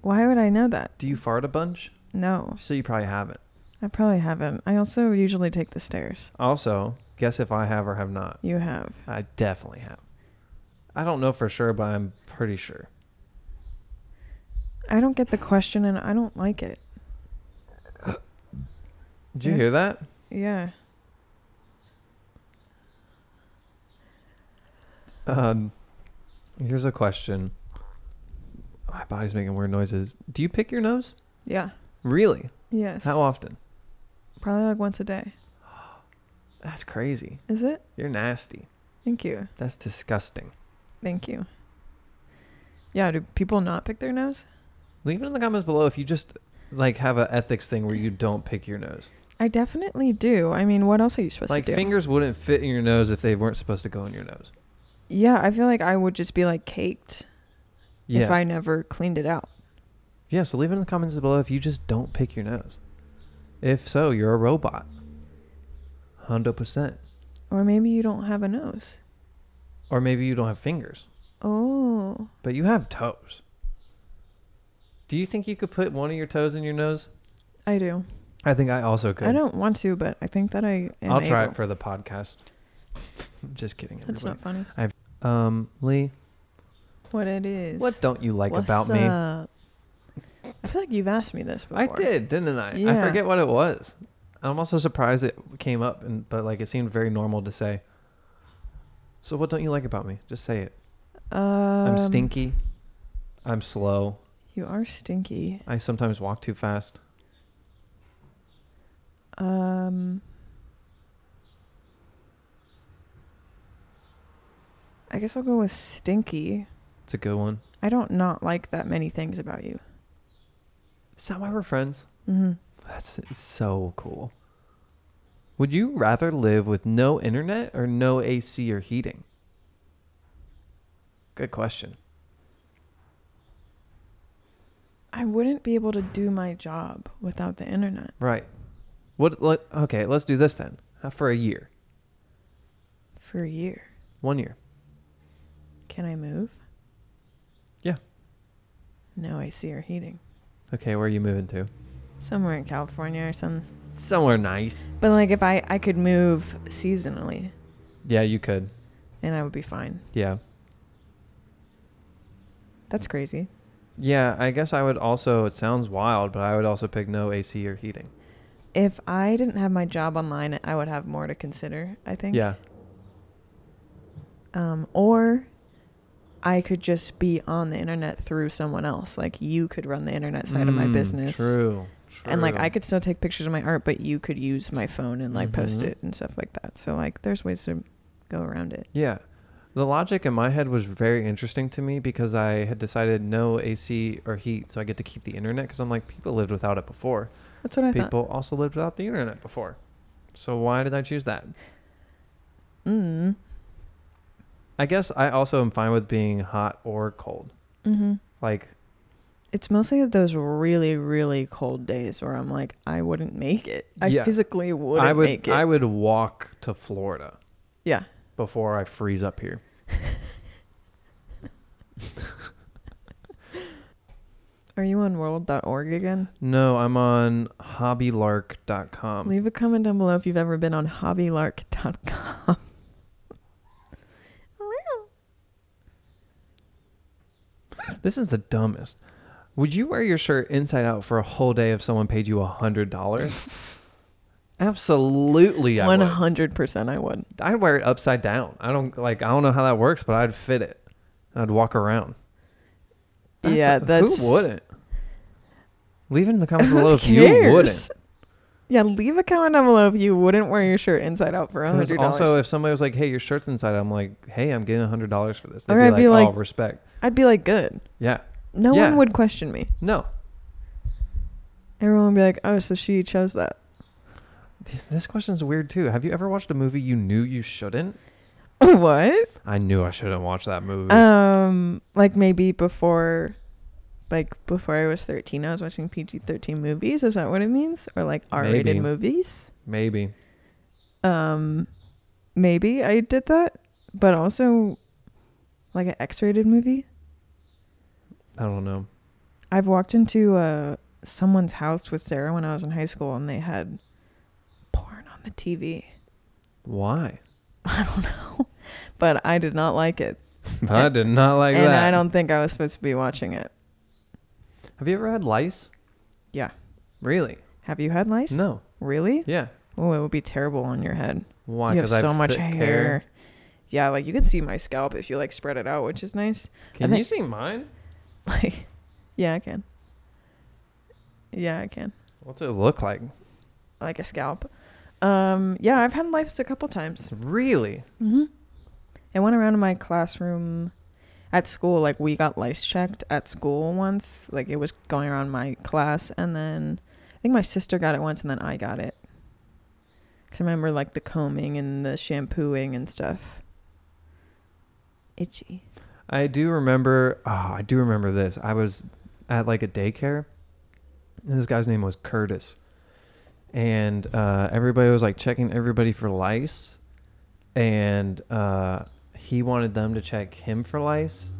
Why would I know that?
Do you fart a bunch?
No,
So you probably haven't.
I probably haven't. I also usually take the stairs.
Also, guess if I have or have not.
You have.
I definitely have. I don't know for sure, but I'm pretty sure.
I don't get the question and I don't like it.
Did you
Yeah.
hear that?
Yeah.
Um, here's a question. My body's making weird noises. Do you pick your nose?
Yeah.
Really?
Yes.
How often?
Probably like once a day.
That's crazy.
Is it?
You're nasty.
Thank you.
That's disgusting.
Thank you. Yeah, do people not pick their nose?
Leave it in the comments below if you just like have a ethics thing where you don't pick your nose.
I definitely do. I mean, what else are you supposed
Like
to do?
fingers wouldn't fit in your nose if they weren't supposed to go in your nose.
yeah, I feel like I would just be like caked
Yeah.
if I never cleaned it out.
Yeah, so leave it in the comments below if you just don't pick your nose. If so, you're a robot. 100%.
Or maybe you don't have a nose.
Or maybe you don't have fingers,
Oh.
but you have toes. Do you think you could put one of your toes in your nose?
I do.
I think I also could.
I don't want to, but I think that I am
I'll try
able.
it for the podcast. <laughs> just kidding.
That's
everybody.
not funny.
um, Lee,
What it is.
what don't you like about me?
up? I feel like you've asked me this uh, before.
I did, didn't I?
Yeah.
I forget what it was. I'm also surprised it came up, and but like it seemed very normal to say. So what don't you like about me? Just say it.
Um,
I'm stinky. I'm slow.
You are stinky.
I sometimes walk too fast.
Um, I guess I'll go with stinky.
It's a good one.
I don't not like that many things about you.
Is that why we're friends?
Mm-hmm.
That's so cool. Would you rather live with no internet or no AC or heating? Good question.
I wouldn't be able to do my job without the internet.
Right. What? Let, okay, let's do this then. How for a year?
for a year.
One year.
Can I move?
Yeah.
No AC or heating.
Okay, where are you moving to?
Somewhere in California or something.
Somewhere nice.
But like if I I could move seasonally
Yeah, you could.
and I would be fine.
Yeah.
That's crazy.
Yeah, I guess I would also. It sounds wild, but I would also pick no AC or heating.
If I didn't have my job online, I would have more to consider, I think.
Yeah.
Um or I could just be on the internet through someone else. Like you could run the internet side of my
Mm,
business.
True.
And like
true.
I could still take pictures of my art, but you could use my phone and like post
Mhm.
it and stuff like that. So like there's ways to go around it.
Yeah. The logic in my head was very interesting to me because I had decided no AC or heat, so I get to keep the internet because I'm like, people lived without it before.
That's what I thought.
people also lived without the internet before. So why did I choose that?
Mm.
I guess I also am fine with being hot or cold.
Mm-hmm.
Like,
It's mostly those really, really cold days where I'm like, I wouldn't make it. I
Yeah.
physically wouldn't
I would
make it.
I would walk to Florida
yeah.
before I freeze up here.
Are you on world.org again?
No, I'm on hobbylark.com.
Leave a comment down below if you've ever been on hobbylark.com.
This is the dumbest. Would you wear your shirt inside out for a whole day if someone paid you a hundred dollars?
<laughs>
Absolutely, I
One
would.
hundred percent, I would.
I'd wear it upside down. I don't like. I don't know how that works, but I'd fit it. I'd walk around.
Yeah, that's-
who wouldn't. Leave it in the
<laughs>
comments
Who
below if you
cares?
wouldn't.
Yeah, leave a comment down below if you wouldn't wear your shirt inside out for a
'Cause
hundred dollars.
also, if somebody was like, "Hey, your shirt's inside," I'm like, "Hey, I'm getting a hundred dollars for this." They'd
Or
be,
I'd
like,
be
"Oh,
like-
respect."
I'd be like, good.
Yeah.
No
Yeah.
one would question me.
No. <laughs>
Everyone would be like, oh, so she chose that. <laughs>
This question's weird too. Have you ever watched a movie you knew you shouldn't?
what?
I knew I shouldn't watch that movie.
Um, like maybe before, like before I was thirteen, I was watching PG thirteen movies. Is that what it means? Or like R rated
Maybe.
movies?
Maybe.
Um, maybe I did that, but also like an X rated movie.
I don't know.
I've walked into uh someone's house with Sarah when I was in high school, and they had porn on the TV.
Why?
<laughs> I don't know, but I did not like it,
<laughs> I did not like
and
that.
I don't think I was supposed to be watching it.
Have you ever had lice?
Yeah.
Really?
Have you had lice?
No.
Really?
Yeah.
Oh, it would be terrible on your head.
Why?
you have
I
so much
thick
hair. Yeah, like you can see my scalp if you like spread it out, which is nice. <laughs>
Can
I
you
think-
see mine?
Like, yeah, I can. Yeah, I can.
What's it look like?
Like a scalp. Um, yeah, I've had lice a couple times.
Really?
Mm-hmm. It went around in my classroom at school. Like we got lice checked at school once. Like it was going around my class, and then I think my sister got it once, and then I got it. Cause I remember like the combing and the shampooing and stuff. Itchy. <laughs>
I do remember. Oh, I do remember this. I was at like a daycare, and this guy's name was Curtis, and uh, everybody was like checking everybody for lice, and uh, he wanted them to check him for lice,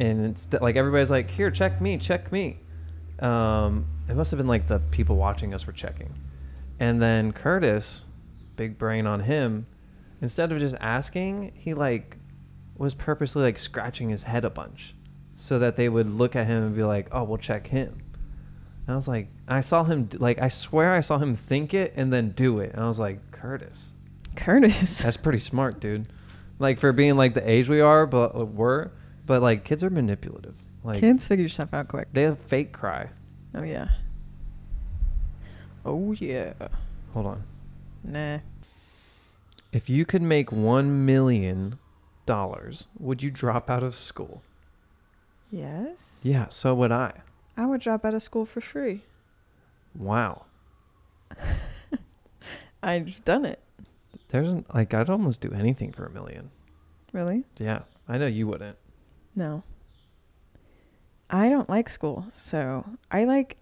and it's like everybody's like, "Here, check me, check me." Um, it must have been like the people watching us were checking, and then Curtis, big brain on him, instead of just asking, he like was purposely like scratching his head a bunch so that they would look at him and be like, oh, we'll check him. And I was like, I saw him, d- like, I swear I saw him think it and then do it. And I was like, Curtis,
Curtis.
that's pretty smart, dude. Like, for being like the age we are, but uh, were, but like, kids are manipulative. Like,
Kids figure stuff out quick.
they have fake cry.
Oh yeah. Oh yeah.
Hold on.
Nah.
If you could make $1 million, would you drop out of school?
Yes.
Yeah, so would I.
I would drop out of school for free.
Wow.
I've done it.
There's an, like I'd almost do anything for a million.
Really?
Yeah, I know you wouldn't.
No. I don't like school, so I like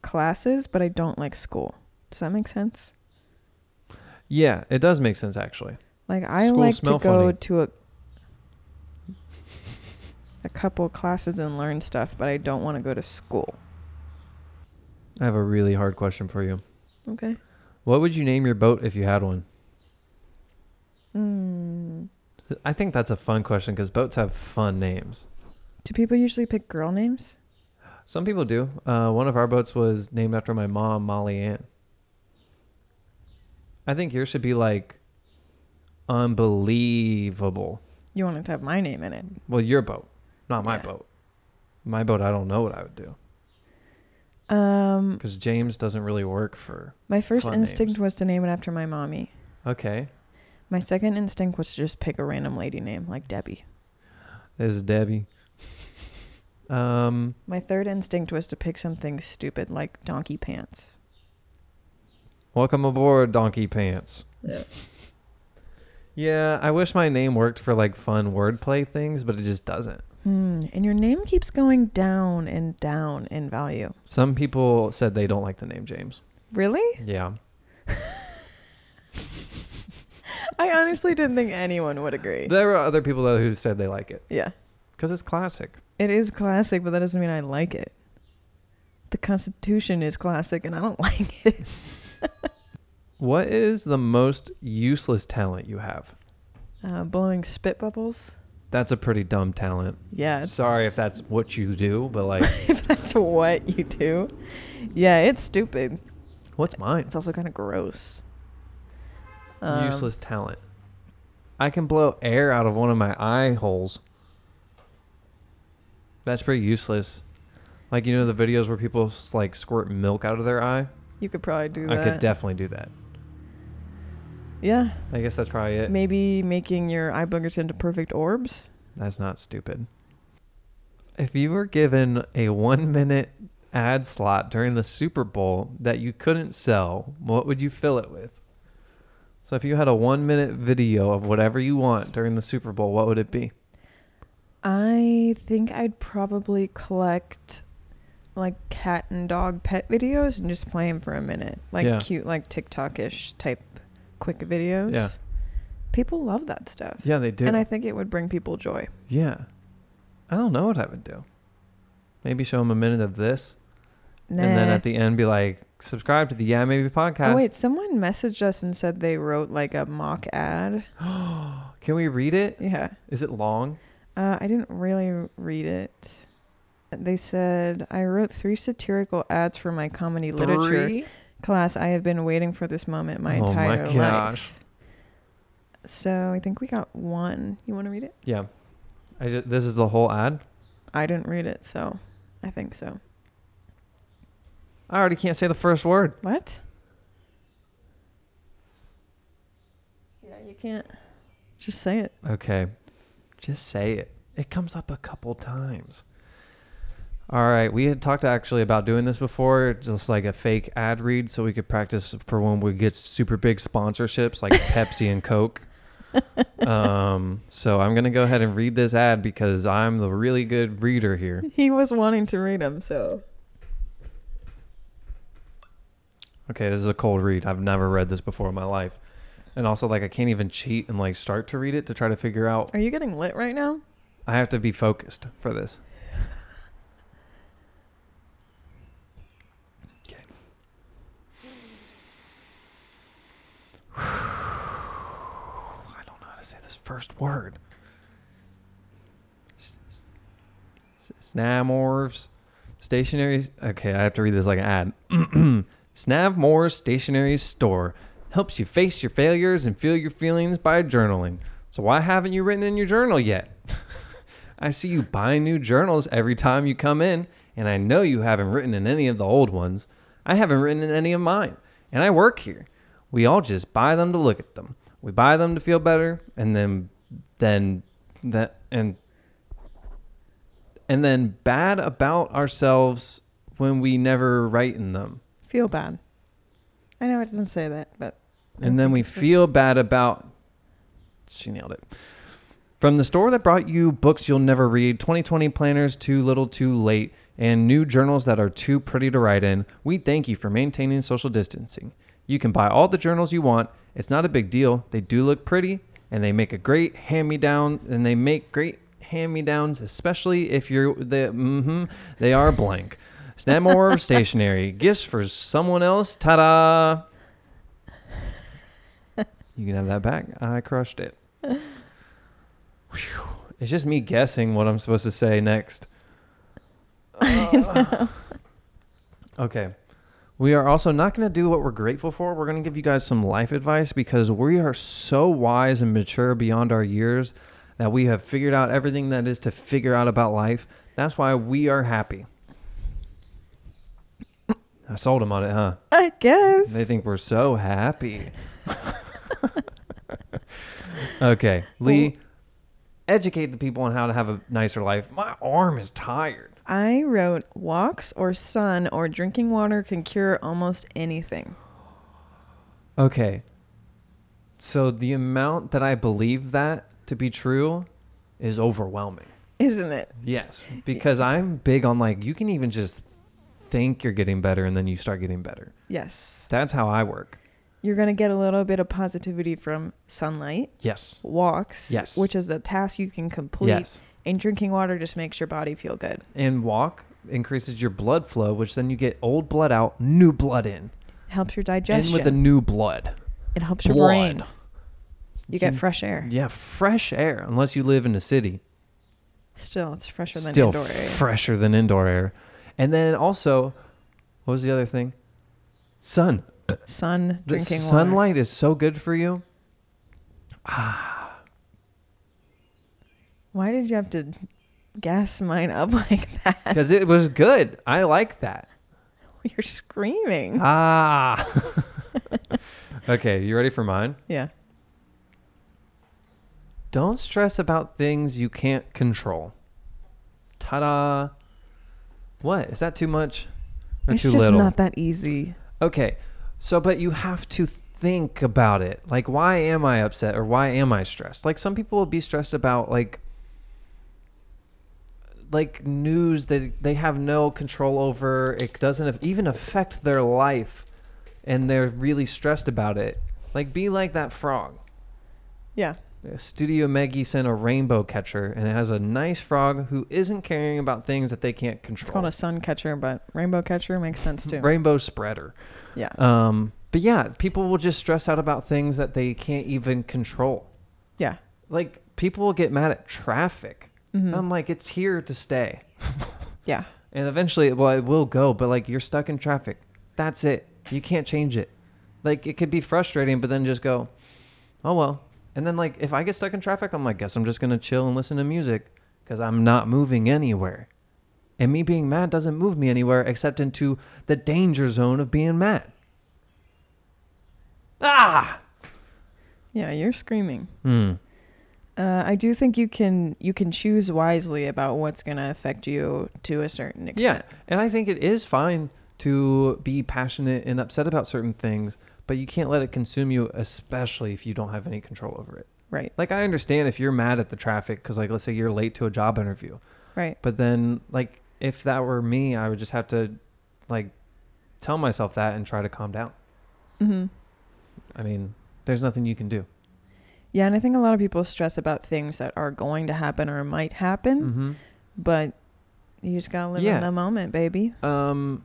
classes, but I don't like school. Does that make sense?
Yeah, it does make sense actually.
Like I
Schools
like to
smell
go
funny.
to a a couple classes and learn stuff, but I don't want to go to school.
I have a really hard question for you.
Okay.
What would you name your boat if you had one?
Mm.
I think that's a fun question because boats have fun names.
Do people usually pick girl names?
Some people do. Uh, one of our boats was named after my mom, Molly Ann. I think yours should be like unbelievable.
You want it to have my name in it.
Well, your boat, not my
Yeah.
boat. My boat, I don't know what I would do
Um,
because James doesn't really work for.
my first
Fun
instinct
names.
was to name it after my mommy.
Okay,
My second instinct was to just pick a random lady name like Debbie.
there's Debbie. Um,
My third instinct was to pick something stupid like Donkey Pants.
welcome aboard, Donkey Pants.
Yeah.
Yeah, I wish my name worked for like fun wordplay things, but it just doesn't.
Hmm. And your name keeps going down and down in value.
Some people said they don't like the name James.
Really? <laughs>
Yeah.
I honestly didn't think anyone would agree.
There are other people though who said they like it
yeah.
because it's classic.
It is classic, but that doesn't mean I like it. The Constitution is classic, and I don't like it.
What is the most useless talent you have?
Uh, blowing spit bubbles.
That's a pretty dumb talent.
Yeah. it's-
Sorry
<laughs>
if that's what you do, but like,
if that's what you do. Yeah, it's stupid.
what's mine?
It's also kind of gross.
Useless
Um,
talent. I can blow air out of one of my eye holes. That's pretty useless. Like you know the videos where people s- like squirt milk out of their eye.
Um, You could probably do
I
that.
could definitely do that.
yeah.
I guess that's probably it.
Maybe making your eye boogers into perfect orbs.
That's not stupid. If you were given a one minute ad slot during the Super Bowl that you couldn't sell, what would you fill it with? So if you had a one minute video of whatever you want during the Super Bowl, what would it be?
I think I'd probably collect like cat and dog pet videos and just play them for a minute. Like
Yeah.
cute, like TikTok ish type quick videos.
Yeah.
People love that stuff.
Yeah, they do.
And I think it would bring people joy.
yeah. I don't know what I would do. Maybe show them a minute of this
Nah.
and then at the end be like, subscribe to the Yeah Maybe podcast.
oh, wait. Someone messaged us and said they wrote like a mock ad.
Can we read it?
Yeah.
Is it long?
Uh, I didn't really read it. They said, I wrote three satirical ads for my comedy literature
Three?
class. I have been waiting for this moment my
Oh my
entire
gosh.
life. So I think we got one. You want to read it?
Yeah. I ju- this is the whole ad?
I didn't read it, so I think so.
I already can't say the first word.
What? Yeah, you can't just say it. <laughs>
Okay. Just say it. It comes up a couple times. All right. We had talked actually about doing this before, just like a fake ad read, so we could practice for when we get super big sponsorships like Pepsi and Coke. um, so I'm going to go ahead and read this ad because I'm the really good reader here.
He was wanting to read them, so.
Okay, this is a cold read. I've never read this before in my life. And also like I can't even cheat and like start to read it to try to figure out
Are you getting lit right now?
I have to be focused for this. Okay. I don't know how to say this first word. S- s- s- Snavmor's stationary. Okay, I have to read this like an ad. <clears throat> Snavmore's stationery store helps you face your failures and feel your feelings by journaling. So why haven't you written in your journal yet? <laughs> I see you buy new journals every time you come in, and I know you haven't written in any of the old ones. I haven't written in any of mine, and I work here. We all just buy them to look at them. We buy them to feel better, and then, then, that, and and then bad about ourselves when we never write in them.
Feel bad. I know it doesn't say that, but
and then we feel bad about. She nailed it. From the store that brought you books you'll never read, 2020 planners too little too late, and new journals that are too pretty to write in, we thank you for maintaining social distancing. You can buy all the journals you want. It's not a big deal. They do look pretty, and they make a great hand-me-down, and they make great hand-me-downs, especially if you're the mm-hmm, they are blank. Snapmore stationery gifts for someone else. Ta-da! You can have that back. I crushed it. Whew. It's just me guessing what I'm supposed to say next. <laughs> Okay. We are also not going to do what we're grateful for. We're going to give you guys some life advice because we are so wise and mature beyond our years that we have figured out everything that is to figure out about life. That's why we are happy. I sold him on it, huh?
I guess.
They think we're so happy. okay, Lee, educate the people on how to have a nicer life. My arm is tired.
I wrote walks or sun or drinking water can cure almost anything.
Okay. So the amount that I believe that to be true is overwhelming.
Isn't it?
Yes, because I'm big on like you can even just think you're getting better and then you start getting better.
Yes.
That's how I work.
You're going to get a little bit of positivity from sunlight,
Yes.
walks,
Yes.
which is a task you can complete,
Yes.
and drinking water just makes your body feel good.
And walk increases your blood flow, which then you get old blood out, new blood in.
helps your
And
digestion.
with the new blood.
it helps your brain. You
Mm-hmm.
get fresh air.
Yeah, fresh air. Unless you live in a city,
Still, it's fresher than
still
indoor air.
fresher than indoor air. And then also, what was the other thing? Sun.
Sun,
The
drinking water.
sunlight is so good
<laughs>
for you.
Why did you have to gas mine up <laughs> like that?
because it was good. I like that.
You're screaming. <laughs>
Ah. okay, you ready for mine?
Yeah.
Don't stress about things you can't control. Ta da. What? Is that too much or
It's
too
just
little?
not that easy.
okay, so, but you have to think about it. Like, why am I upset or why am I stressed? Like, some people will be stressed about, like, like news that they have no control over. It doesn't even affect their life, and they're really stressed about it. Like, be like that frog.
Yeah.
Studio Meggie sent a rainbow catcher, and it has a nice frog who isn't caring about things that they can't
It's called
control.
a sun catcher, but rainbow catcher makes sense too.
rainbow spreader.
Yeah.
Um, but yeah, people will just stress out about things that they can't even control.
Yeah.
Like people will get mad at traffic.
Mhm.
I'm like, it's here to stay,
Yeah.
and eventually, it, well, it will go. But like, you're stuck in traffic. That's it. You can't change it. Like, it could be frustrating, but then just go, oh well. And then like, if I get stuck in traffic, I'm like, guess I'm just gonna chill and listen to music because I'm not moving anywhere. And me being mad doesn't move me anywhere except into the danger zone of being mad. Ah.
Yeah, you're screaming.
Hmm.
Uh, I do think you can you can choose wisely about what's going to affect you to a certain
Yeah,
extent.
and I think it is fine to be passionate and upset about certain things, but you can't let it consume you, especially if you don't have any control over it.
Right.
Like I understand if you're mad at the traffic because, like, let's say you're late to a job interview,
Right.
but then like if that were me, I would just have to like tell myself that and try to calm down.
Mm-hmm.
I mean, there's nothing you can do.
Yeah, and I think a lot of people stress about things that are going to happen or might happen,
Mm-hmm.
but you just gotta live
Yeah.
in the moment, baby.
um,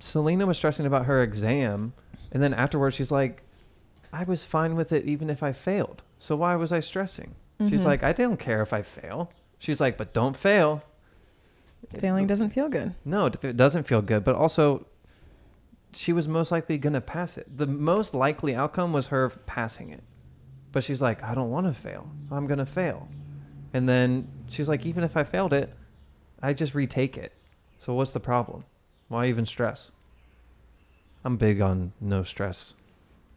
Selena was stressing about her exam, and then afterwards she's like, "I was fine with it even if I failed. So why was I stressing?" She's
Mhm.
like, "I don't care if I fail." She's like, "But don't fail." uh,
Failing doesn't feel good.
No, it- it doesn't feel good. But also, she was most likely gonna pass it. The most likely outcome was her passing it. But she's like, "I don't want to fail. I'm gonna fail." And then she's like, "Even if I failed it, I just retake it. So what's the problem? Why even stress?" I'm big on no stress.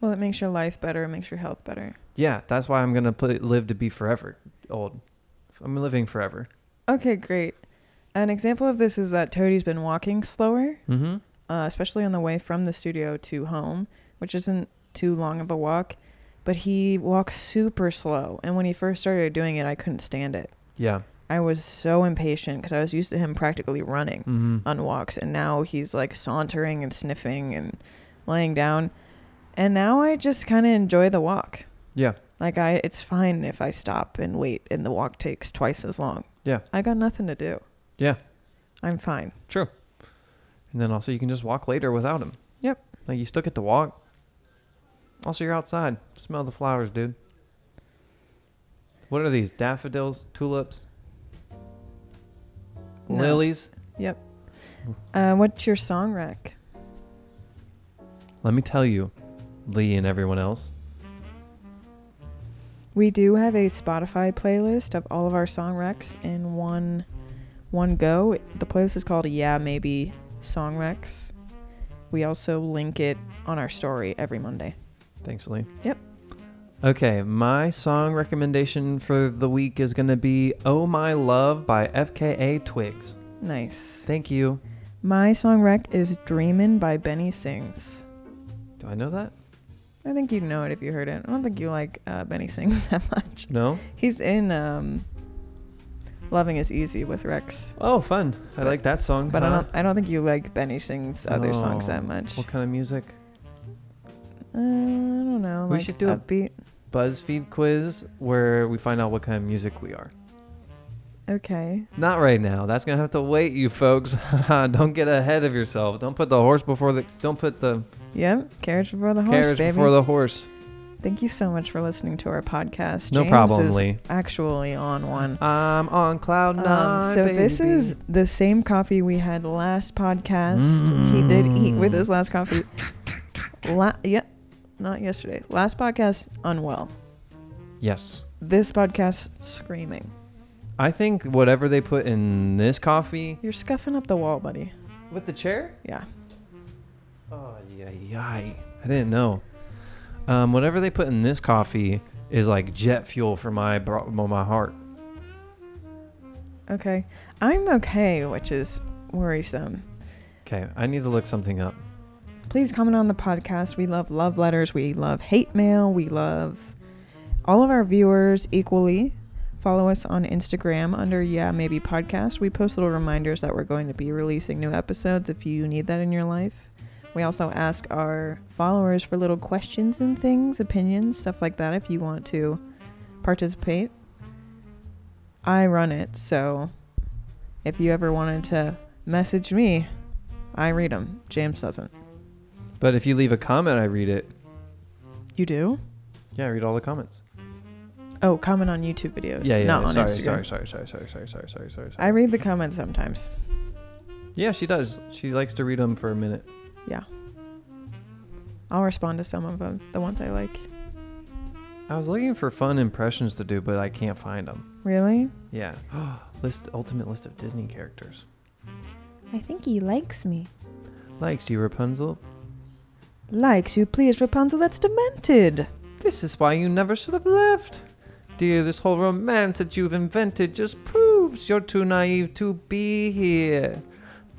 Well, it makes your life better. It makes your health better.
Yeah, that's why I'm gonna put, live to be forever old. I'm living forever.
Okay, great. An example of this is that Toadie's been walking slower,
Mm-hmm.
uh, especially on the way from the studio to home, which isn't too long of a walk, but he walks super slow. And when he first started doing it, I couldn't stand it.
Yeah.
I was so impatient because I was used to him practically running
Mm-hmm.
on walks and now he's like sauntering and sniffing and laying down and now i just kind of enjoy the walk
Yeah.
like i it's fine if i stop and wait and the walk takes twice as long
Yeah.
i got nothing to do
Yeah.
i'm fine
True. And then also you can just walk later without him.
Yep.
Like you still get to walk. Also, you're outside. Smell the flowers, dude. What are these? Daffodils, tulips,
No.
lilies.
yep uh, what's your song rack
Let me tell you, Lee and everyone else.
we do have a spotify playlist of all of our song racks in one one go the playlist is called yeah maybe song racks we also link it on our story every monday
Thanks, Lee.
Yep.
Okay, my song recommendation for the week is going to be Oh My Love by FKA Twigs.
nice
Thank you.
My song rec is Dreamin' by Benny Sings.
Do I know that?
I think you'd know it if you heard it. I don't think you like uh, Benny Sings <laughs> that much.
No?
He's in um, Loving Is Easy with Rex.
Oh, fun. I
But-
like that song.
But I
huh?
don't I don't think you like Benny Sings other songs
No.
that much.
What kind of music?
Uh, I don't know.
We
like
should do a-
upbeat.
BuzzFeed quiz where we find out what kind of music we are.
Okay.
Not right now. That's gonna have to wait, you folks. <laughs> don't get ahead of yourself. Don't put the horse before the. Don't put the
Yep. Carriage before the horse,
carriage
baby.
before the horse.
Thank you so much for listening to our podcast.
No
James
problem,
is
Lee.
Actually on one.
I'm on cloud
Um,
nine.
so this
baby.
is the same coffee we had last podcast. He did eat with
Mm.
his last coffee. La- yeah, not yesterday. Last podcast, unwell.
Yes.
This podcast, screaming.
I think whatever they put in this coffee
You're scuffing up the wall, buddy.
with the chair.
Yeah.
Oh yeah, yeah. I didn't know. Um, whatever they put in this coffee is like jet fuel for my bro- my heart.
Okay. I'm okay, which is worrisome.
Okay, I need to look something up.
Please comment on the podcast. We love love letters. We love hate mail. We love all of our viewers equally. Follow us on Instagram under Yeah Maybe Podcast. We post little reminders that we're going to be releasing new episodes if you need that in your life. We also ask our followers for little questions and things, opinions, stuff like that if you want to participate. I run it, so if you ever wanted to message me, I read them. James doesn't.
But if you leave a comment, I read it.
You do?
Yeah, I read all the comments.
Oh, comment on YouTube videos.
Yeah, yeah.
Not on
sorry,
Instagram.
sorry, sorry, sorry, sorry, sorry, sorry, sorry, sorry,
I read the comments sometimes.
Yeah, she does. She likes to read them for a minute.
I'll respond to some of them, the ones I like.
I was looking for fun impressions to do, but I can't find them.
Really?
Yeah. <gasps> list ultimate list of Disney characters.
I think he likes me.
Likes you, Rapunzel.
Likes you, please, Rapunzel. That's demented.
This is why you never should have left. Dear, this whole romance that you've invented just proves you're too naive to be here.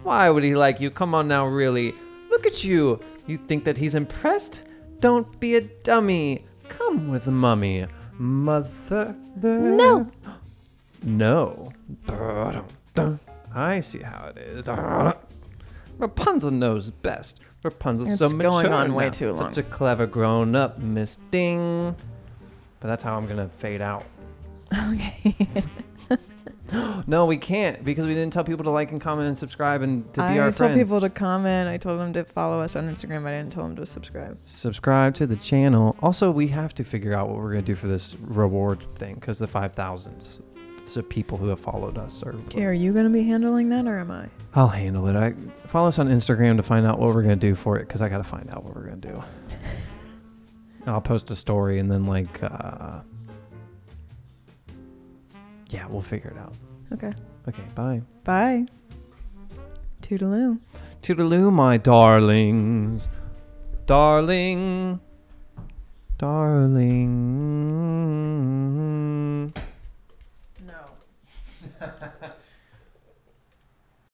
Why would he like you? Come on now, really. Look at you. You think that he's impressed? Don't be a dummy. Come with mummy. Mother.
No.
No. I see how it is. Rapunzel knows best. Rapunzel's so
It's
mature
going on way
now.
too long.
Such a clever grown-up, Miss Ding. But that's how I'm gonna fade out.
<laughs> Okay.
No, we can't because we didn't tell people to like and comment and subscribe and to be
I
our
told
friends.
people to comment. I told them to follow us on Instagram. I didn't tell them to subscribe.
subscribe to the channel. Also, we have to figure out what we're gonna do for this reward thing because the five thousands. So people who have followed us or
Okay, are you going to be handling that or am I?
I'll handle it. I follow us on Instagram to find out what we're gonna do for it because I gotta find out what we're gonna
<laughs>
do. I'll post a story and then like, uh, yeah, we'll figure it out.
Okay.
Okay, bye.
Bye. Toodaloo.
Toodaloo, my darlings, darling, darling.